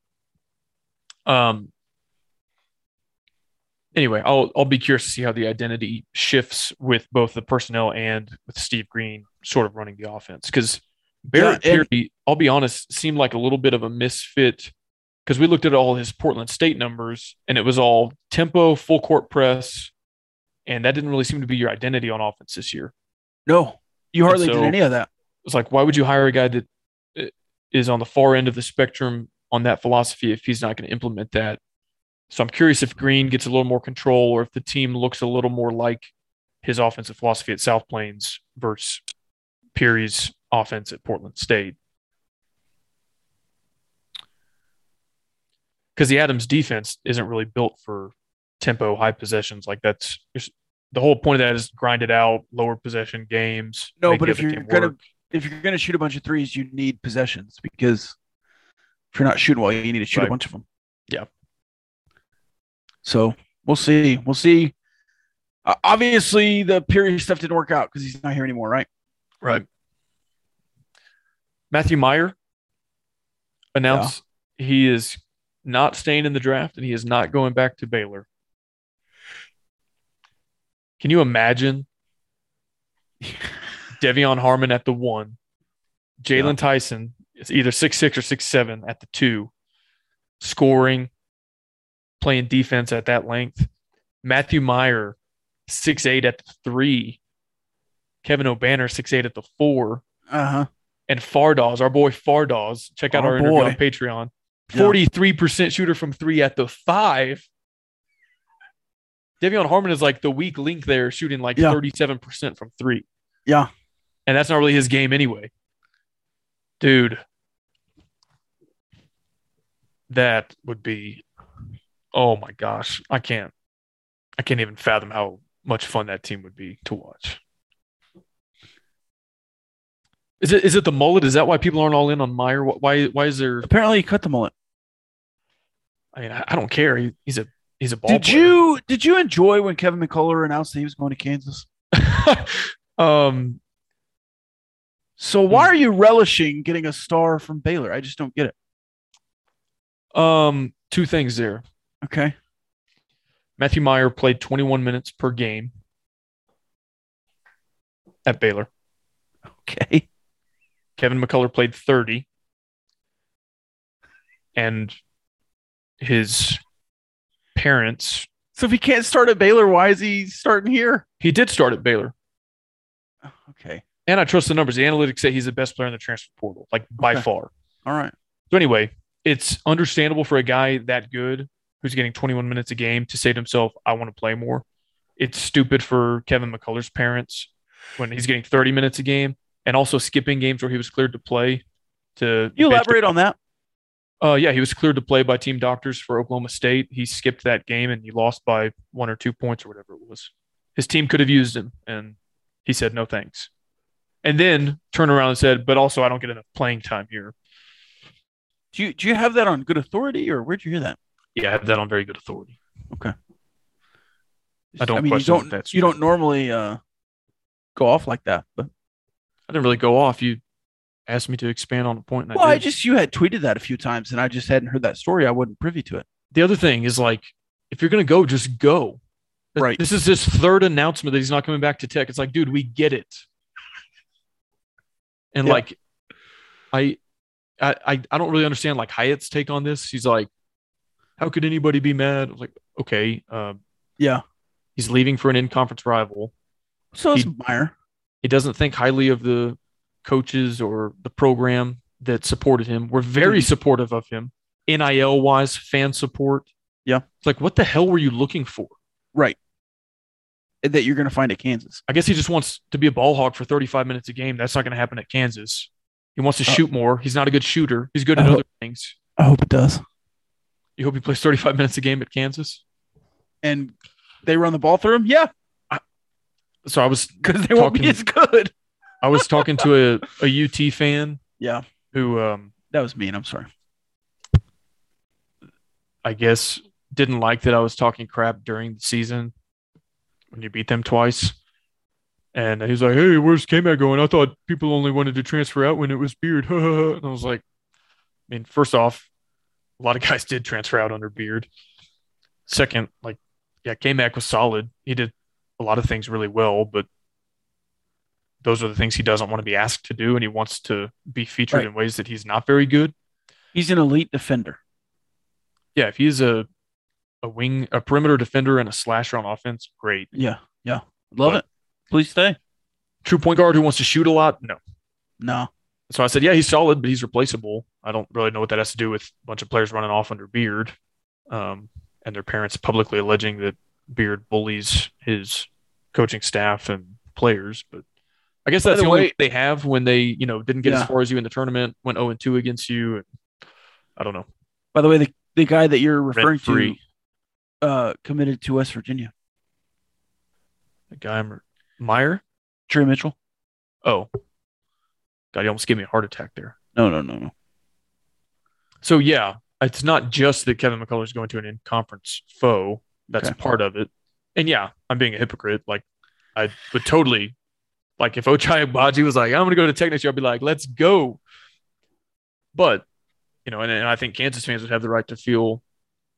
Speaker 3: um, anyway, I'll I'll be curious to see how the identity shifts with both the personnel and with Steve Green sort of running the offense because Barrett
Speaker 2: Yeah, and-
Speaker 3: Peary, I'll be honest, seemed like a little bit of a misfit because we looked at all his Portland State numbers and it was all tempo, full court press, and that didn't really seem to be your identity on offense this year.
Speaker 2: No, you hardly
Speaker 3: so-
Speaker 2: did any of that.
Speaker 3: It's like, why would you hire a guy that uh, is on the far end of the spectrum on that philosophy if he's not going to implement that? So I'm curious if Green gets a little more control or if the team looks a little more like his offensive philosophy at South Plains versus Peary's offense at Portland State. Because the Adams defense isn't really built for tempo, high possessions. Like that's the whole point of that is grind it out, lower possession games.
Speaker 2: No,
Speaker 3: make
Speaker 2: but
Speaker 3: the
Speaker 2: if
Speaker 3: other
Speaker 2: you're
Speaker 3: team
Speaker 2: gonna
Speaker 3: work.
Speaker 2: if you're going to shoot a bunch of threes, you need possessions because if you're not shooting well, you need to shoot
Speaker 3: Right.
Speaker 2: a bunch of them.
Speaker 3: Yeah.
Speaker 2: So we'll see. We'll see. Uh, obviously, the period stuff didn't work out because he's not here anymore, right?
Speaker 3: Right. Matthew Meyer announced he is not staying in the draft and he is not going back to Baylor. Can you imagine Devion Harmon at the one, Jalen Tyson is either six six or six seven at the two, scoring, playing defense at that length. Matthew Meyer, six eight at the three, Kevin O'Banner, six eight at the four,
Speaker 2: Uh
Speaker 3: Uh-huh.
Speaker 2: huh.
Speaker 3: and Fardaws, our boy Fardaws. Check out
Speaker 2: Our
Speaker 3: our, interview
Speaker 2: boy.
Speaker 3: on Patreon.
Speaker 2: Yeah.
Speaker 3: Forty-three percent shooter from three at the five. Devion Harmon is like the weak link there, shooting like
Speaker 2: Yeah.
Speaker 3: thirty-seven percent from three,
Speaker 2: Yeah.
Speaker 3: and that's not really his game anyway. Dude, that would be, oh my gosh, I can't, I can't even fathom how much fun that team would be to watch. Is it is it the mullet? Is that why people aren't all in on Meyer? Wh- Why why is there?
Speaker 2: Apparently, he cut the mullet.
Speaker 3: I mean, I, I don't care. He, he's a he's a ball.
Speaker 2: Did
Speaker 3: player.
Speaker 2: you did you enjoy when Kevin McCullough announced that he was going to Kansas?
Speaker 3: um,
Speaker 2: So why
Speaker 3: Hmm.
Speaker 2: are you relishing getting a star from Baylor? I just don't get it.
Speaker 3: um, two things there.
Speaker 2: Okay.
Speaker 3: Matthew Meyer played 21 minutes per game at Baylor.
Speaker 2: Okay.
Speaker 3: Kevin McCullough played 30. And his parents,
Speaker 2: So if he can't start at Baylor, why is he starting here?
Speaker 3: he did start at Baylor.
Speaker 2: Oh, Okay.
Speaker 3: And I trust the numbers. The analytics say he's the best player in the transfer portal, like by
Speaker 2: Okay.
Speaker 3: far.
Speaker 2: All right.
Speaker 3: So, anyway, it's understandable for a guy that good who's getting 21 minutes a game to say to himself, I want to play more. It's stupid for Kevin McCullough's parents when he's getting 30 minutes a game and also skipping games where he was cleared to play. To
Speaker 2: You elaborate on that.
Speaker 3: Uh, yeah, he was cleared to play by team doctors for Oklahoma State. He skipped that game and he lost by one or two points or whatever it was. His team could have used him, and he said no thanks. And then turned around and said, "But also, I don't get enough playing time here."
Speaker 2: Do you do you have that on good authority, or where'd you hear that?
Speaker 3: Yeah, I have that on very good authority. I don't
Speaker 2: I mean, you
Speaker 3: question
Speaker 2: don't.
Speaker 3: that's
Speaker 2: you
Speaker 3: true.
Speaker 2: don't normally uh, go off like that. But
Speaker 3: I didn't really go off. You asked me to expand on a point. And
Speaker 2: well,
Speaker 3: I
Speaker 2: I
Speaker 3: did.
Speaker 2: just you had tweeted that a few times, and I just hadn't heard that story. I wasn't privy to it.
Speaker 3: the other thing is like, if you're gonna go, just go. Th-
Speaker 2: Right.
Speaker 3: This is his third announcement that he's not coming back to Tech. It's like, dude, we get it. And
Speaker 2: Yeah.
Speaker 3: like, I, I, I- I don't really understand like Hyatt's take on this. He's like, how could anybody be mad? I was like, okay, um,
Speaker 2: Yeah.
Speaker 3: he's leaving for an in-conference rival.
Speaker 2: So it's
Speaker 3: He-
Speaker 2: Meyer.
Speaker 3: He doesn't think highly of the coaches or the program that supported him. We're very
Speaker 2: Mhm.
Speaker 3: supportive of him, NIL wise, fan support.
Speaker 2: Yeah.
Speaker 3: It's like, what the hell were you looking for?
Speaker 2: that you're going to find at Kansas.
Speaker 3: I guess he just wants to be a ball hog for 35 minutes a game. That's not going to happen at Kansas. He wants to
Speaker 2: Oh.
Speaker 3: shoot more. He's not a good shooter. He's good at
Speaker 2: Oh.
Speaker 3: other things.
Speaker 2: I hope it does.
Speaker 3: You hope he plays 35 minutes a game at Kansas.
Speaker 2: And they run the ball through him. Yeah,
Speaker 3: So I was
Speaker 2: because they won't be
Speaker 3: Talking-
Speaker 2: as good.
Speaker 3: I was talking to a, a UT fan
Speaker 2: Yeah,
Speaker 3: who um,
Speaker 2: that was mean. I'm sorry.
Speaker 3: I guess didn't like that I was talking crap during the season when you beat them twice. And he was like, "Hey, where's K-Mac going? I thought people only wanted to transfer out when it was Beard." and I was like, "I mean, first off, a lot of guys did transfer out under Beard. Second, like, yeah, K-Mac was solid. He did a lot of things really well, but those are the things he doesn't want to be asked to do, and he wants to be featured
Speaker 2: Right.
Speaker 3: in ways that he's not very good."
Speaker 2: He's an elite defender.
Speaker 3: yeah, if he's a a wing, a perimeter defender, and a slasher on offense, great.
Speaker 2: Yeah, yeah. Love
Speaker 3: But-
Speaker 2: it. Please stay.
Speaker 3: True point guard who wants to shoot a lot, no.
Speaker 2: No.
Speaker 3: So I said, yeah, he's solid, but he's replaceable. I don't really know what that has to do with a bunch of players running off under Beard, um, and their parents publicly alleging that Beard bullies his coaching staff and players. But I guess
Speaker 2: By
Speaker 3: that's
Speaker 2: the
Speaker 3: the, only
Speaker 2: way-
Speaker 3: way they have when they, you know, didn't get
Speaker 2: Yeah.
Speaker 3: as far as you in the tournament, went zero and two against you. And I don't know.
Speaker 2: By the way, the, the guy that you're referring to
Speaker 3: free.
Speaker 2: uh, committed to West Virginia,
Speaker 3: The guy Meyer.
Speaker 2: Trey Mitchell.
Speaker 3: Oh, God, you almost gave me a heart attack there.
Speaker 2: No, no, no, no.
Speaker 3: So yeah, it's not just that Kevin McCullough is going to an in-conference foe. That's
Speaker 2: Okay.
Speaker 3: part of it. And yeah, I'm being a hypocrite. Like I would totally like if Ochai Baji was like, I'm gonna go to Tech next year, I'd be like, let's go. But you know, and, and I think Kansas fans would have the right to feel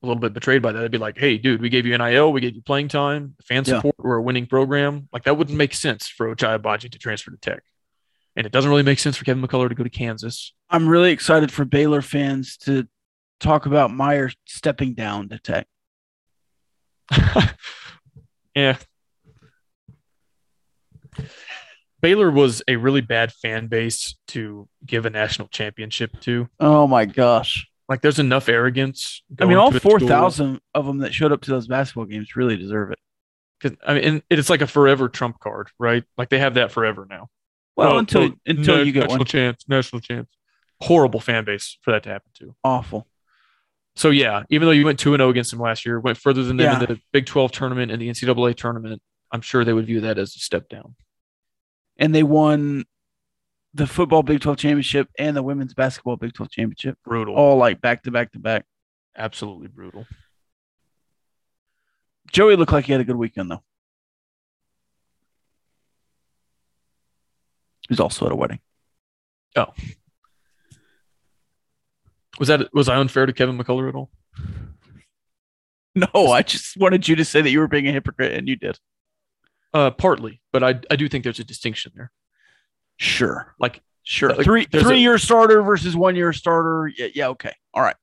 Speaker 3: a little bit betrayed by that. They'd be like, hey, dude, we gave you NIL, we gave you playing time, fan
Speaker 2: Yeah.
Speaker 3: support, we're a winning program. Like that wouldn't make sense for Ochai Baji to transfer to Tech. And it doesn't really make sense for Kevin McCullough to go to Kansas.
Speaker 2: I'm really excited for Baylor fans to talk about Meyer stepping down to Tech.
Speaker 3: yeah. Baylor was a really bad fan base to give a national championship to.
Speaker 2: Oh my gosh!
Speaker 3: Like, there's enough arrogance.
Speaker 2: I mean,
Speaker 3: going
Speaker 2: all
Speaker 3: to a
Speaker 2: four
Speaker 3: school-
Speaker 2: thousand of them that showed up to those basketball games really deserve it.
Speaker 3: 'cause- I mean, and it's like a forever trump card, right? Like they have that forever now.
Speaker 2: Well,
Speaker 3: Oh,
Speaker 2: until
Speaker 3: well,
Speaker 2: until
Speaker 3: na-
Speaker 2: you get
Speaker 3: national
Speaker 2: one
Speaker 3: chance, national chance. Horrible fan base for that to happen to.
Speaker 2: awful.
Speaker 3: So oh yeah, even though you went two and zero against them last year, went further than them
Speaker 2: Yeah.
Speaker 3: in the Big Twelve tournament and the NCAA tournament. I'm sure they would view that as a step down.
Speaker 2: and they won the football Big 12 championship and the women's basketball Big 12 championship,
Speaker 3: Brutal.
Speaker 2: all like back to back to back.
Speaker 3: Oh. Absolutely brutal.
Speaker 2: Joey looked like he had a good weekend though. He's also at a wedding.
Speaker 3: Was that was I unfair to Kevin McCullough at all?
Speaker 2: No, I just wanted you to say that you were being a hypocrite, and you did.
Speaker 3: Uh, partly, but I I do think there's a distinction there.
Speaker 2: Sure,
Speaker 3: Like
Speaker 2: sure.
Speaker 3: Like,
Speaker 2: three
Speaker 3: there's a-
Speaker 2: three year starter versus one year starter. Yeah, yeah, okay, all right.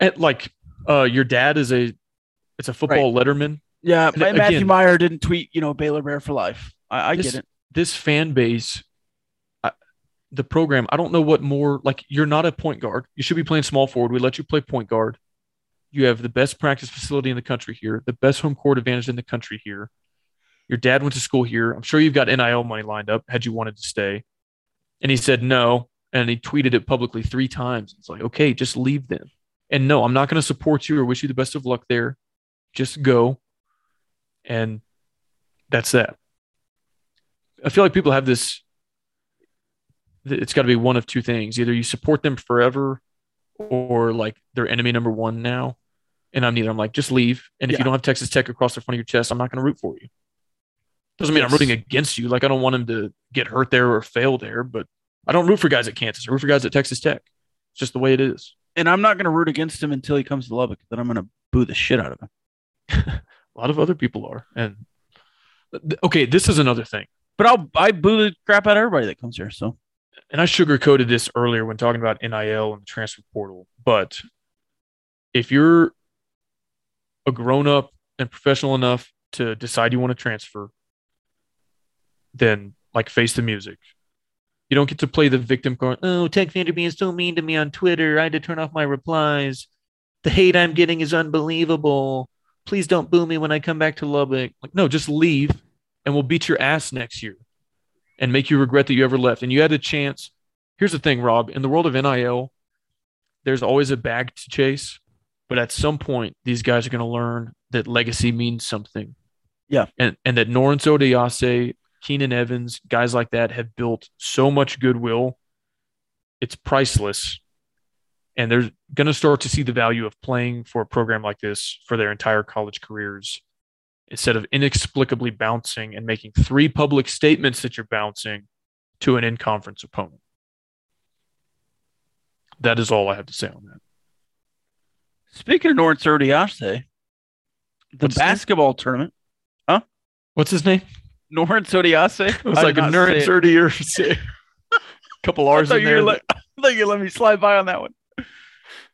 Speaker 3: at, like uh, your dad is a it's a football letterman.
Speaker 2: Yeah,
Speaker 3: And
Speaker 2: and Matthew
Speaker 3: again-
Speaker 2: Meyer didn't tweet, you know, Baylor Bear for life. I, I
Speaker 3: This-
Speaker 2: get it.
Speaker 3: This fan base, I, the program. I don't know what more. Like you're not a point guard. You should be playing small forward. We let you play point guard. You have the best practice facility in the country here. The best home court advantage in the country here. Your dad went to school here. I'm sure you've got NIL money lined up. Had you wanted to stay, and he said no, and he tweeted it publicly three times. It's like okay, just leave then. And no, I'm not going to support you or wish you the best of luck there. Just go. And that's that. I feel like people have this. th- It's got to be one of two things: either you support them forever, or like they're enemy number one now. And I'm neither. I'm like, just leave. And if
Speaker 2: Yeah.
Speaker 3: you don't have Texas Tech across the front of your chest, I'm not going to root for you. Doesn't mean I'm
Speaker 2: Yes.
Speaker 3: rooting against you. Like I don't want them to get hurt there or fail there, but I don't root for guys at Kansas. I root for guys at Texas Tech. It's just the way it is.
Speaker 2: And I'm not going to root against him until he comes to Lubbock. Then I'm going to boo the shit out of him.
Speaker 3: A lot of other people are. And okay, this is another thing.
Speaker 2: But I'll I boo the crap out of everybody that comes here. So
Speaker 3: and I sugarcoated this earlier when talking about NIL and the transfer portal, but if you're a grown up and professional enough to decide you want to transfer, then like face the music. You don't get to play the victim card.
Speaker 4: Oh, Tech Vanderbeam is so mean to me on Twitter. I had to turn off my replies. The hate I'm getting is unbelievable. Please don't boo me when I come back to Lubbock.
Speaker 3: Like, no, just leave and we'll beat your ass next year and make you regret that you ever left. And you had a chance. Here's the thing, Rob, in the world of NIL, there's always a bag to chase, but at some point, these guys are going to learn that legacy means something.
Speaker 2: Yeah.
Speaker 3: And, and that Norris Odiase, Keenan Evans, guys like that have built so much goodwill. It's priceless. And they're going to start to see the value of playing for a program like this for their entire college careers instead of inexplicably bouncing and making three public statements that you're bouncing to an in conference opponent. That is all I have to say on that.
Speaker 2: speaking of North Sodiaste, the
Speaker 3: What's that?
Speaker 2: basketball tournament,
Speaker 3: What's his name?
Speaker 2: North Sodiaste.
Speaker 3: It was like a nerd thirty or a couple
Speaker 2: I
Speaker 3: R's
Speaker 2: thought
Speaker 3: in
Speaker 2: you were
Speaker 3: there.
Speaker 2: let- I thought you let me slide by on that one.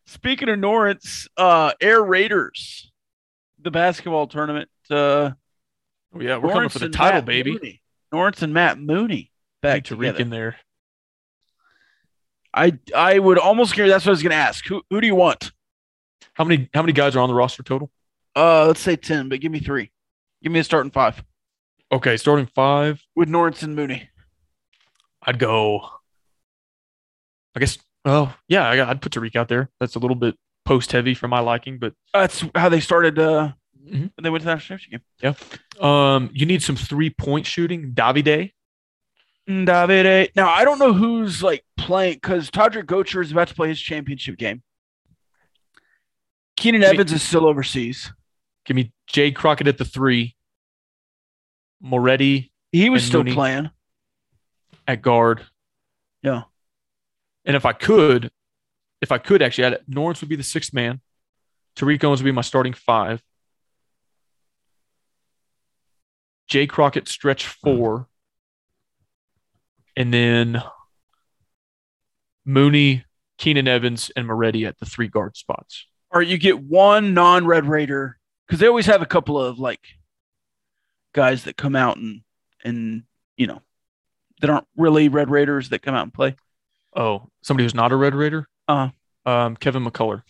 Speaker 2: Speaking of Norrence, uh, Air Raiders, the basketball tournament. Uh,
Speaker 3: Oh, yeah, we're coming
Speaker 2: Lawrence
Speaker 3: for the
Speaker 2: and
Speaker 3: title,
Speaker 2: Matt
Speaker 3: baby.
Speaker 2: Mooney. Norrence and Matt Mooney back
Speaker 3: Back to
Speaker 2: together.
Speaker 3: Tariq in there.
Speaker 2: I I would almost guarantee that's what I was going to ask. Who who do you want?
Speaker 3: How many how many guys are on the roster total?
Speaker 2: Uh, let's say ten, but give me three. Give me a starting five
Speaker 3: Okay, starting five.
Speaker 2: with Norrence and Mooney.
Speaker 3: I'd go. I guess. Oh yeah, I- I'd put Tariq out there. That's a little bit post heavy for my liking, but
Speaker 2: That's how they started. Uh,
Speaker 3: Mhm.
Speaker 2: when they went to the national championship
Speaker 3: Um, you need some three point shooting. Davide.
Speaker 2: game. Davide. uh, Now I don't know who's like playing because Todrick Gocher is about to play his championship game. Keenan
Speaker 3: Give me-
Speaker 2: Evans is still overseas.
Speaker 3: Give me Jay Crockett at the three. Moretti
Speaker 2: He was
Speaker 3: And
Speaker 2: still
Speaker 3: Mooney.
Speaker 2: playing.
Speaker 3: at guard.
Speaker 2: Yeah.
Speaker 3: And if I could, if I could actually, I'd, Norris would be the sixth man. Tariq Owens would be my starting five. Jay Crockett stretch four. And then Mooney, Keenan Evans, and Moretti at the three guard spots.
Speaker 2: Or you get one non-Red Raider because they always have a couple of like guys that come out and and you know that aren't really Red Raiders that come out and play.
Speaker 3: Oh, somebody who's not a Red Raider?
Speaker 2: Uh-huh.
Speaker 3: Um, Kevin McCullough.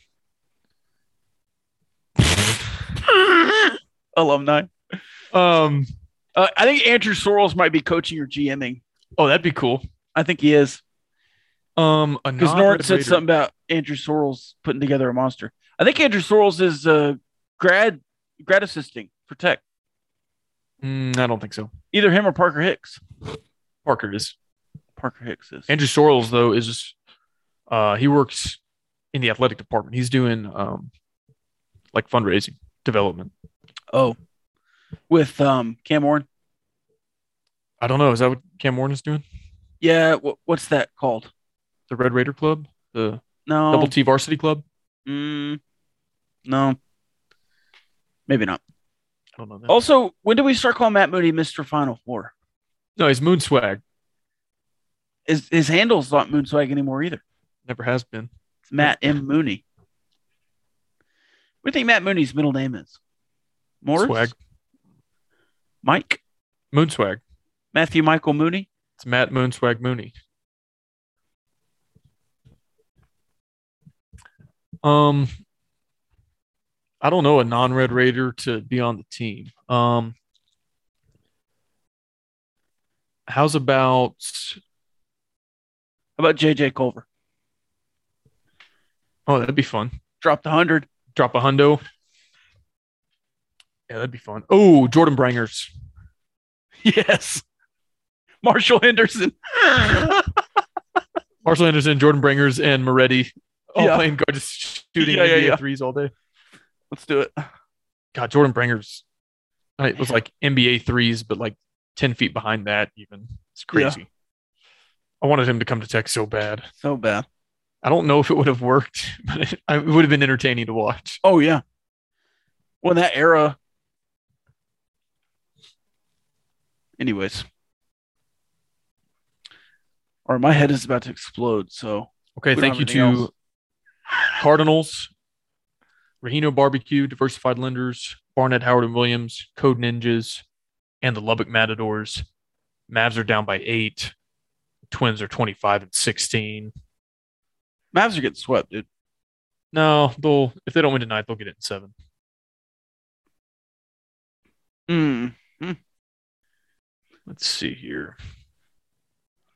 Speaker 2: Alumni.
Speaker 3: Um,
Speaker 2: Uh, I think Andrew Sorrells might be coaching or GMing.
Speaker 3: oh, that'd be cool.
Speaker 2: I think he is.
Speaker 3: Um, a
Speaker 2: Because
Speaker 3: non-Red
Speaker 2: Norton said
Speaker 3: Raider-
Speaker 2: something about Andrew Sorrells putting together a monster. I think Andrew Sorrells is uh, grad grad assisting for Tech.
Speaker 3: Mm, I don't think so.
Speaker 2: Either him or Parker Hicks.
Speaker 3: Parker is.
Speaker 2: Parker Hicks is.
Speaker 3: Andrew Sorrells though is uh he works in the athletic department. He's doing um like fundraising development.
Speaker 2: oh, with um Cam Warren.
Speaker 3: I don't know. Is that what Cam Warren is doing?
Speaker 2: Yeah, wh- what's that called?
Speaker 3: The Red Raider Club, the
Speaker 2: No,
Speaker 3: Double T Varsity Club.
Speaker 2: Mm, no, maybe not.
Speaker 3: I don't know. That.
Speaker 2: Also, when do we start calling Matt Moody Mister Final Four?
Speaker 3: no, he's Moon Swag.
Speaker 2: His his handle's not Moonswag anymore either.
Speaker 3: Never has been.
Speaker 2: It's Matt M Mooney. What do you think Matt Mooney's middle name is? Morris,
Speaker 3: Swag.
Speaker 2: Mike,
Speaker 3: Moon Swag.
Speaker 2: Matthew Michael Mooney.
Speaker 3: It's Matt Moon Swag Mooney. Um, I don't know a non-red raider to be on the team. Um, how's about
Speaker 2: How about JJ Culver?
Speaker 3: oh that'd be fun.
Speaker 2: Dropped a hundred.
Speaker 3: Drop a hundo. Yeah, that'd be fun. Oh, Jordan Brangers.
Speaker 2: Yes. Marshall Henderson.
Speaker 3: Marshall Anderson, Jordan Brangers, and Moretti all
Speaker 2: Yeah.
Speaker 3: playing guard, just shooting
Speaker 2: Yeah, yeah,
Speaker 3: NBA
Speaker 2: yeah.
Speaker 3: threes all day.
Speaker 2: Let's do it.
Speaker 3: God, Jordan Bringer's it was like NBA threes, but like ten feet behind that. Even it's
Speaker 2: Yeah.
Speaker 3: crazy. I wanted him to come to Tech so bad.
Speaker 2: So bad.
Speaker 3: I don't know if it would have worked, but it, I- it would have been entertaining to watch.
Speaker 2: Oh yeah. Well, in that era. Anyways. All right, my head is about to explode. So
Speaker 3: Okay,
Speaker 2: We don't
Speaker 3: thank
Speaker 2: have
Speaker 3: you to
Speaker 2: anything else.
Speaker 3: Cardinals, Rahino Barbecue, Diversified Lenders, Barnett Howard and Williams, Code Ninjas, and the Lubbock Matadors. Mavs are down by eight. Twins are twenty-five and sixteen.
Speaker 2: Mavs are getting swept, dude.
Speaker 3: No, they'll if they don't win tonight, they'll get it in seven.
Speaker 2: Mm.
Speaker 3: Let's see here.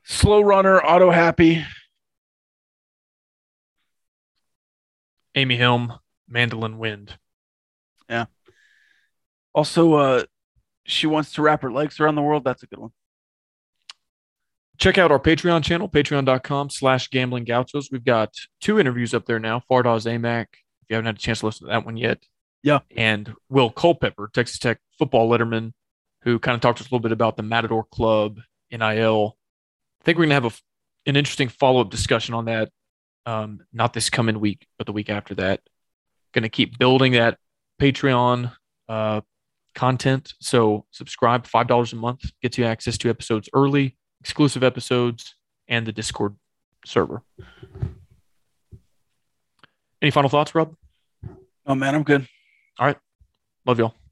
Speaker 2: Slow runner, auto happy.
Speaker 3: Amy Helm, Mandolin Wind.
Speaker 2: Also, uh, she wants to wrap her legs around the world. That's a good one.
Speaker 3: Check out our Patreon channel, patreon.com slash gambling gauchos. We've got two interviews up there now. Fardaz Amac, if you haven't had a chance to listen to that one yet.
Speaker 2: Yeah.
Speaker 3: And Will Culpepper, Texas Tech football letterman, who kind of talked to us a little bit about the Matador Club, NIL. I think we're going to have a, f- an interesting follow-up discussion on that. Um, not this coming week, but the week after that. Going to keep building that Patreon uh, content. So subscribe, $5 a month gets you access to episodes early, exclusive episodes, and the Discord server. Any final thoughts, Rob?
Speaker 2: Oh man, I'm good.
Speaker 3: Love y'all.